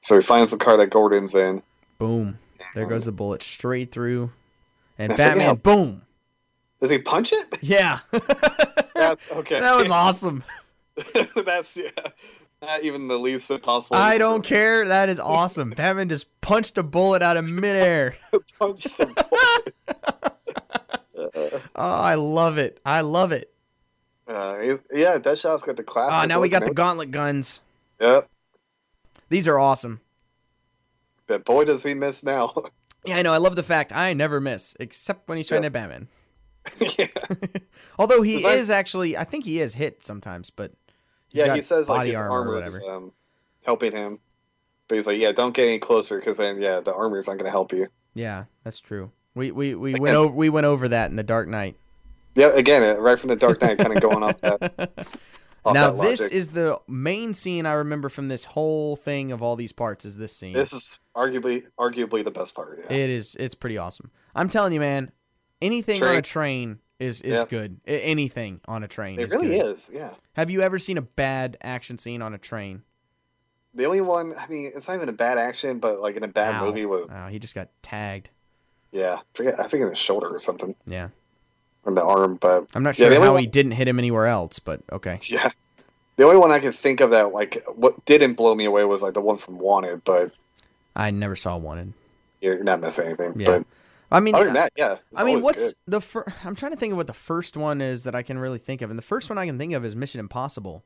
Speaker 2: So he finds the car that Gordon's in.
Speaker 3: Boom. There goes the bullet straight through,
Speaker 2: I
Speaker 3: and
Speaker 2: forget
Speaker 3: Batman.
Speaker 2: how-
Speaker 3: Boom.
Speaker 2: Does he punch it?
Speaker 3: Yeah.
Speaker 2: That's okay.
Speaker 3: That was awesome.
Speaker 2: awesome. That's yeah. Not even the least bit possible.
Speaker 3: I don't care. That is awesome. Batman just punched a bullet out of midair.
Speaker 2: Punch him.
Speaker 3: Oh, I love it. I love it.
Speaker 2: Uh, he's, yeah, Deadshot's got the classic.
Speaker 3: Oh, now we
Speaker 2: look,
Speaker 3: got the
Speaker 2: man.
Speaker 3: gauntlet guns.
Speaker 2: Yep.
Speaker 3: These are awesome.
Speaker 2: But boy, does he miss now.
Speaker 3: Yeah, I know. I love the fact I never miss, except when he's trying
Speaker 2: Yeah.
Speaker 3: to Batman.
Speaker 2: yeah,
Speaker 3: Although he
Speaker 2: 'Cause I-
Speaker 3: is actually, I think he is hit sometimes, but he's
Speaker 2: yeah.
Speaker 3: got
Speaker 2: He says like
Speaker 3: body
Speaker 2: his
Speaker 3: armor or
Speaker 2: armor,
Speaker 3: whatever.
Speaker 2: is um, helping him, but he's like, yeah, don't get any closer because then yeah, the armor's not gonna help you.
Speaker 3: Yeah, that's true. We we, we
Speaker 2: Like
Speaker 3: went
Speaker 2: that-
Speaker 3: over we went over that in the Dark Knight.
Speaker 2: Yeah, again, uh, right from the Dark Knight, kind of going off that. Off
Speaker 3: now
Speaker 2: that
Speaker 3: this
Speaker 2: logic.
Speaker 3: is the main scene I remember from this whole thing of all these parts. Is this scene?
Speaker 2: this is arguably arguably the best part. Yeah.
Speaker 3: It is. It's pretty awesome. I'm telling you, man. Anything on a
Speaker 2: Train.
Speaker 3: train is is
Speaker 2: Yeah.
Speaker 3: good. A- anything on a train.
Speaker 2: It
Speaker 3: is
Speaker 2: really
Speaker 3: good.
Speaker 2: is, yeah.
Speaker 3: Have you ever seen a bad action scene on a train?
Speaker 2: The only one, I mean, it's not even a bad action, but like in a bad
Speaker 3: Ow.
Speaker 2: movie was,
Speaker 3: Oh, he just got tagged.
Speaker 2: yeah, forget, I think in the shoulder or something,
Speaker 3: Yeah,
Speaker 2: in the arm, but
Speaker 3: I'm not
Speaker 2: Yeah,
Speaker 3: sure
Speaker 2: the only
Speaker 3: how
Speaker 2: one-
Speaker 3: he didn't hit him anywhere else, but okay.
Speaker 2: yeah. The only one I can think of that like what didn't blow me away was like the one from Wanted, but
Speaker 3: I never saw wanted.
Speaker 2: you're not missing anything.
Speaker 3: Yeah.
Speaker 2: But
Speaker 3: I mean,
Speaker 2: other than that, yeah. it's
Speaker 3: I mean,
Speaker 2: always
Speaker 3: what's
Speaker 2: good.
Speaker 3: the fir- I'm trying to think of what the first one is that I can really think of, and the first one I can think of is Mission Impossible.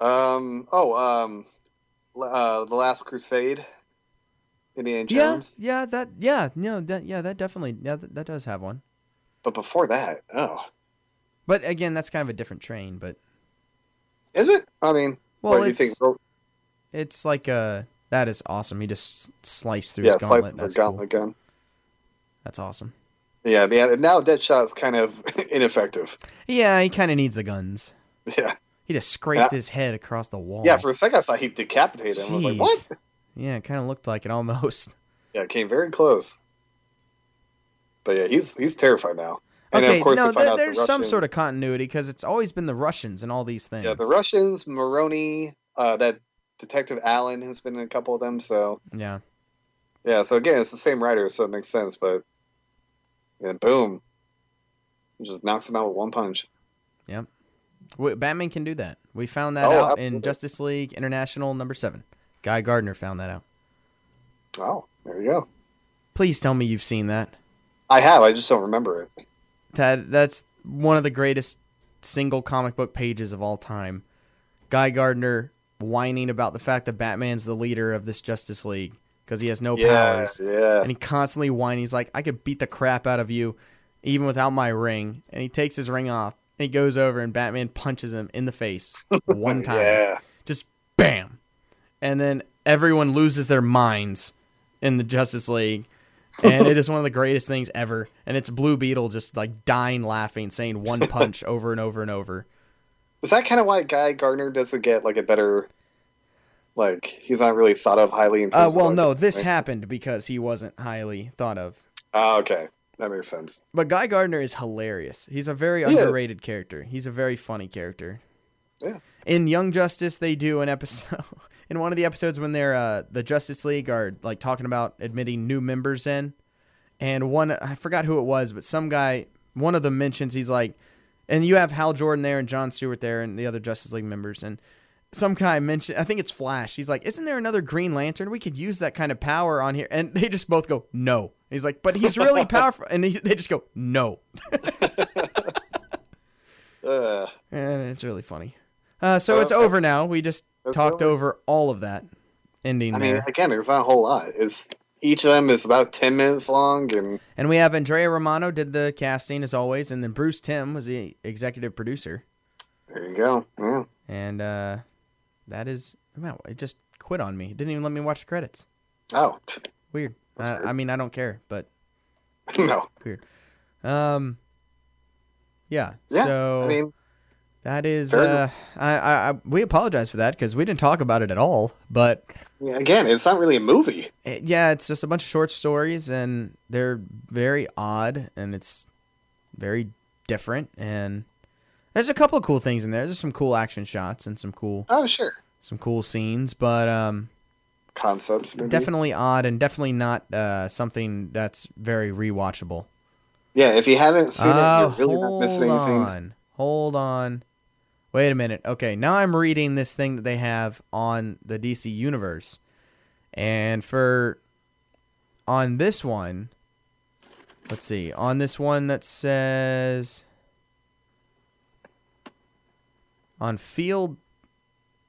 Speaker 2: um? Oh, um, uh, the Last Crusade, Indiana Jones.
Speaker 3: Yeah, yeah, that, yeah, no, that, yeah, that definitely, yeah, that, that does have one.
Speaker 2: But before that, oh,
Speaker 3: But again, that's kind of a different train. But
Speaker 2: is it? I mean,
Speaker 3: well,
Speaker 2: what do you
Speaker 3: it's
Speaker 2: think?
Speaker 3: it's like uh that is awesome. He just sliced through
Speaker 2: Yeah,
Speaker 3: his gauntlet.
Speaker 2: slices
Speaker 3: That's
Speaker 2: of
Speaker 3: cool.
Speaker 2: gauntlet gun.
Speaker 3: That's awesome.
Speaker 2: Yeah, man. Now Deadshot's kind of ineffective.
Speaker 3: Yeah, he kind of needs the guns.
Speaker 2: Yeah.
Speaker 3: He just scraped
Speaker 2: I-
Speaker 3: his head across the wall.
Speaker 2: Yeah, for a second I thought he decapitated him. I was like, what?
Speaker 3: Jeez. Yeah, it kind of looked like it almost.
Speaker 2: Yeah, it came very close. But yeah, he's he's terrified now. And
Speaker 3: okay,
Speaker 2: of course,
Speaker 3: no,
Speaker 2: they find
Speaker 3: there-
Speaker 2: out the
Speaker 3: there's some sort of
Speaker 2: Russians-
Speaker 3: continuity because it's always been the Russians and all these things.
Speaker 2: yeah, the Russians, Maroni, uh, that Detective Allen has been in a couple of them. So
Speaker 3: Yeah.
Speaker 2: yeah, so again, it's the same writer, so it makes sense. But and boom, He just knocks him out with one punch.
Speaker 3: W- Batman can do that. We found that
Speaker 2: Oh,
Speaker 3: out in
Speaker 2: absolutely.
Speaker 3: Justice League International number seven. Guy Gardner found that out.
Speaker 2: Oh, there you go.
Speaker 3: Please tell me you've seen that.
Speaker 2: I have. I just don't remember it.
Speaker 3: That that's one of the greatest single comic book pages of all time. Guy Gardner whining about the fact that Batman's the leader of this Justice League because he has no
Speaker 2: yeah,
Speaker 3: Oh, powers.
Speaker 2: yeah.
Speaker 3: and he constantly whines. He's like, I could beat the crap out of you, even without my ring. And he takes his ring off, and he goes over, and Batman punches him in the face one time,
Speaker 2: Yeah.
Speaker 3: just bam, and then everyone loses their minds in the Justice League, and it is one of the greatest things ever. And it's Blue Beetle just like dying laughing, saying one punch over and over and over.
Speaker 2: Is that kind of why Guy Gardner doesn't get like a better, like he's not really thought of highly? In
Speaker 3: Uh,
Speaker 2: terms
Speaker 3: well,
Speaker 2: of,
Speaker 3: no,
Speaker 2: like-
Speaker 3: this happened because he wasn't highly thought of.
Speaker 2: Oh, okay, that makes sense.
Speaker 3: But Guy Gardner is hilarious. He's a very
Speaker 2: He is.
Speaker 3: underrated character. He's a very funny character.
Speaker 2: Yeah.
Speaker 3: In Young Justice, they do an episode in one of the episodes when they're uh, the Justice League are like talking about admitting new members in, and one I forgot who it was, but some guy one of them mentions he's like, and you have Hal Jordan there and John Stewart there and the other Justice League members and. Some guy mentioned, I think it's Flash. He's like, "Isn't there another Green Lantern? We could use that kind of power on here." And they just both go, "No." And he's like, "But he's really powerful," and he, they just go, "No."
Speaker 2: Uh,
Speaker 3: And it's really funny. Uh, so
Speaker 2: Well,
Speaker 3: it's over
Speaker 2: that's-
Speaker 3: now. We just
Speaker 2: that's
Speaker 3: talked over. all of that ending
Speaker 2: I
Speaker 3: there.
Speaker 2: mean, again, it's not a whole lot. It's each of them is about ten minutes long, and
Speaker 3: and we have Andrea Romano did the casting as always, and then Bruce Tim was the executive producer.
Speaker 2: there you go. Yeah,
Speaker 3: And uh, that is, wow, it just quit on me. It didn't even let me watch the credits.
Speaker 2: oh t-
Speaker 3: Weird.
Speaker 2: That's
Speaker 3: Uh,
Speaker 2: weird.
Speaker 3: I mean, I don't care, but
Speaker 2: no,
Speaker 3: um, yeah.
Speaker 2: yeah.
Speaker 3: so
Speaker 2: I mean,
Speaker 3: that is,
Speaker 2: fair
Speaker 3: uh, I, I, I, we apologize for that because we didn't talk about it at all, but
Speaker 2: yeah, again, it's not really a movie.
Speaker 3: it- yeah, it's just a bunch of short stories, and they're very odd, and it's very different. And there's a couple of cool things in there. There's some cool action shots and some cool
Speaker 2: Oh, sure,
Speaker 3: some cool scenes, but um,
Speaker 2: concepts maybe.
Speaker 3: definitely odd and definitely not uh, something that's very rewatchable.
Speaker 2: Yeah, if you haven't seen
Speaker 3: Oh,
Speaker 2: it, you're really not missing
Speaker 3: hold
Speaker 2: anything.
Speaker 3: on. Hold on. Wait a minute. Okay, now I'm reading this thing that they have on the DC universe. And for on this one, let's see. On this one that says on field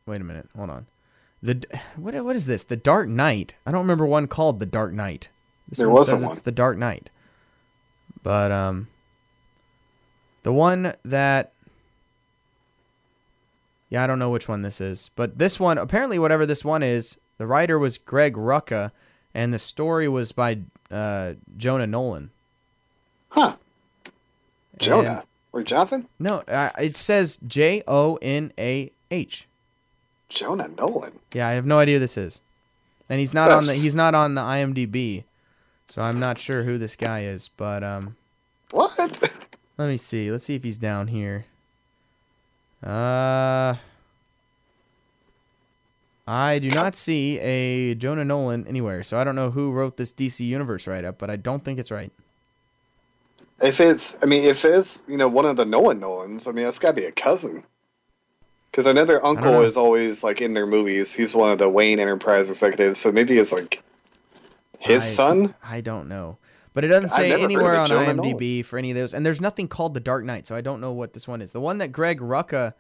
Speaker 3: Wait a minute. Hold on. The what what is this? The Dark Knight. I don't remember one called The Dark Knight. This
Speaker 2: There
Speaker 3: one
Speaker 2: wasn't
Speaker 3: says
Speaker 2: one.
Speaker 3: it's the Dark Knight. But um the one that Yeah, I don't know which one this is. But this one, apparently whatever this one is, the writer was Greg Rucka and the story was by uh Jonah Nolan.
Speaker 2: Huh. Jonah.
Speaker 3: And-
Speaker 2: Or Jonathan?
Speaker 3: no, uh, it says J O N A H.
Speaker 2: Jonah Nolan.
Speaker 3: Yeah, I have no idea who this is. And he's not on the he's not on the IMDb. So I'm not sure who this guy is, but um
Speaker 2: What?
Speaker 3: Let me see. Let's see if he's down here. Uh I do not see a Jonah Nolan anywhere, so I don't know who wrote this DC Universe write up, but I don't think it's right.
Speaker 2: If it's, I mean, if it's, you know, one of the Nolan Nolans, I mean, that's got to be a cousin. Because I know their uncle
Speaker 3: know.
Speaker 2: is always like in their movies. He's one of the Wayne Enterprise executives, so maybe it's like his
Speaker 3: I-
Speaker 2: son.
Speaker 3: I don't know. But it doesn't
Speaker 2: I've
Speaker 3: say
Speaker 2: never heard of
Speaker 3: anywhere
Speaker 2: a
Speaker 3: on
Speaker 2: Jonah
Speaker 3: IMDb for any of those. And there's nothing called The Dark Knight, so I don't know what this one is. The one that Greg Rucka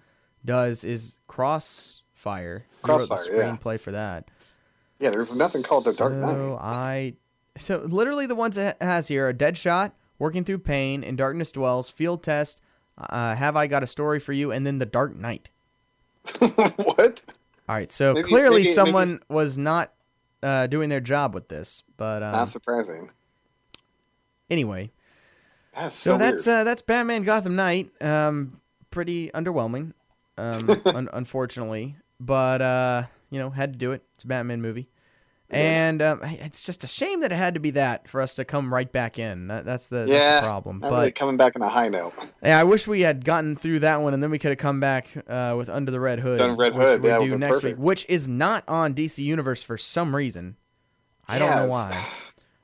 Speaker 3: does is Crossfire. He wrote the
Speaker 2: Crossfire, yeah.
Speaker 3: screenplay for that.
Speaker 2: Yeah, there's nothing called the Dark Knight.
Speaker 3: So I, so literally the ones it has here are Deadshot, Working Through Pain, In Darkness Dwells, Field Test, uh, Have I Got a Story for You, and then The Dark Knight.
Speaker 2: what?
Speaker 3: All right, so
Speaker 2: Maybe-
Speaker 3: clearly
Speaker 2: maybe-
Speaker 3: someone was not uh, doing their job with this, but um,
Speaker 2: Not surprising.
Speaker 3: anyway,
Speaker 2: That's so,
Speaker 3: so, that's
Speaker 2: weird.
Speaker 3: uh, that's Batman Gotham Knight. Um, pretty underwhelming, um, un- unfortunately, but uh, you know had to do it. It's a Batman movie. And um, it's just a shame that it had to be that for us to come right back in. That, that's the that's
Speaker 2: Yeah,
Speaker 3: the problem.
Speaker 2: Not
Speaker 3: But
Speaker 2: really coming back on a high note.
Speaker 3: yeah, I wish we had gotten through that one, and then we could have come back uh, with Under the Red Hood,
Speaker 2: Done Red
Speaker 3: which
Speaker 2: Hood,
Speaker 3: we
Speaker 2: yeah, would've
Speaker 3: do
Speaker 2: been
Speaker 3: next
Speaker 2: perfect.
Speaker 3: week, which is not on DC Universe for some reason. I don't
Speaker 2: Yeah,
Speaker 3: know
Speaker 2: it's-
Speaker 3: why.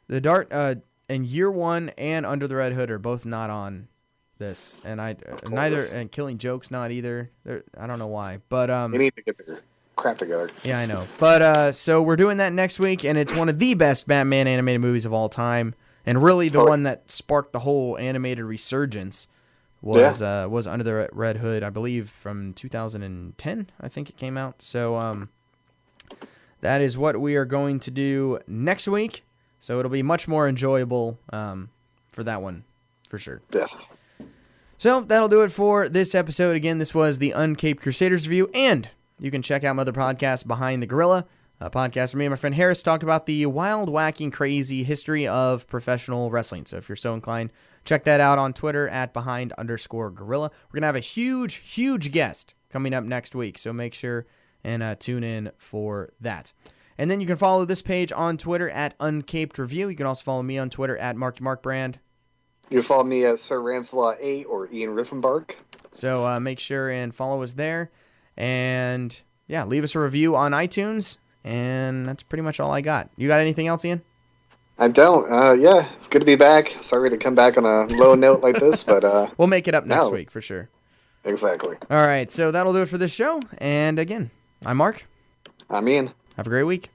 Speaker 3: The Dart uh, and Year One and Under the Red Hood are both not on this, and I uh,
Speaker 2: Of
Speaker 3: neither
Speaker 2: course.
Speaker 3: and Killing Joke's not either. They're, I don't know why, but um,
Speaker 2: They need to get their crap together.
Speaker 3: yeah, I know. But uh, so we're doing that next week, and it's one of the best Batman animated movies of all time, and really the
Speaker 2: Totally.
Speaker 3: one that sparked the whole animated resurgence was uh, was Under the Re- Red Hood, I believe, from 2010. I think it came out. So um, that is what we are going to do next week. So it'll be much more enjoyable um, for that one, for sure.
Speaker 2: Yes.
Speaker 3: So that'll do it for this episode. Again, this was the Uncaped Crusaders review, and you can check out my other podcast, Behind the Gorilla, a podcast where me and my friend Harris talk about the wild, whacking, crazy history of professional wrestling. So if you're so inclined, check that out on Twitter at Behind underscore Gorilla. We're gonna have a huge, huge guest coming up next week, so make sure and uh, tune in for that. And then you can follow this page on Twitter at Uncaped Review. You can also follow me on Twitter at Marky Mark Brand.
Speaker 2: You can follow me at Sir Rancelot 8 or Ian Riffenbark.
Speaker 3: So uh, make sure and follow us there. And yeah, leave us a review on iTunes. And that's pretty much all I got. You got anything else, Ian?
Speaker 2: I don't. Uh, yeah, it's good to be back. Sorry to come back on a low note like this, but uh,
Speaker 3: We'll make it up next
Speaker 2: No.
Speaker 3: week for sure.
Speaker 2: exactly.
Speaker 3: All right. So that'll do it for this show. And again, I'm Mark.
Speaker 2: I'm Ian.
Speaker 3: Have a great week.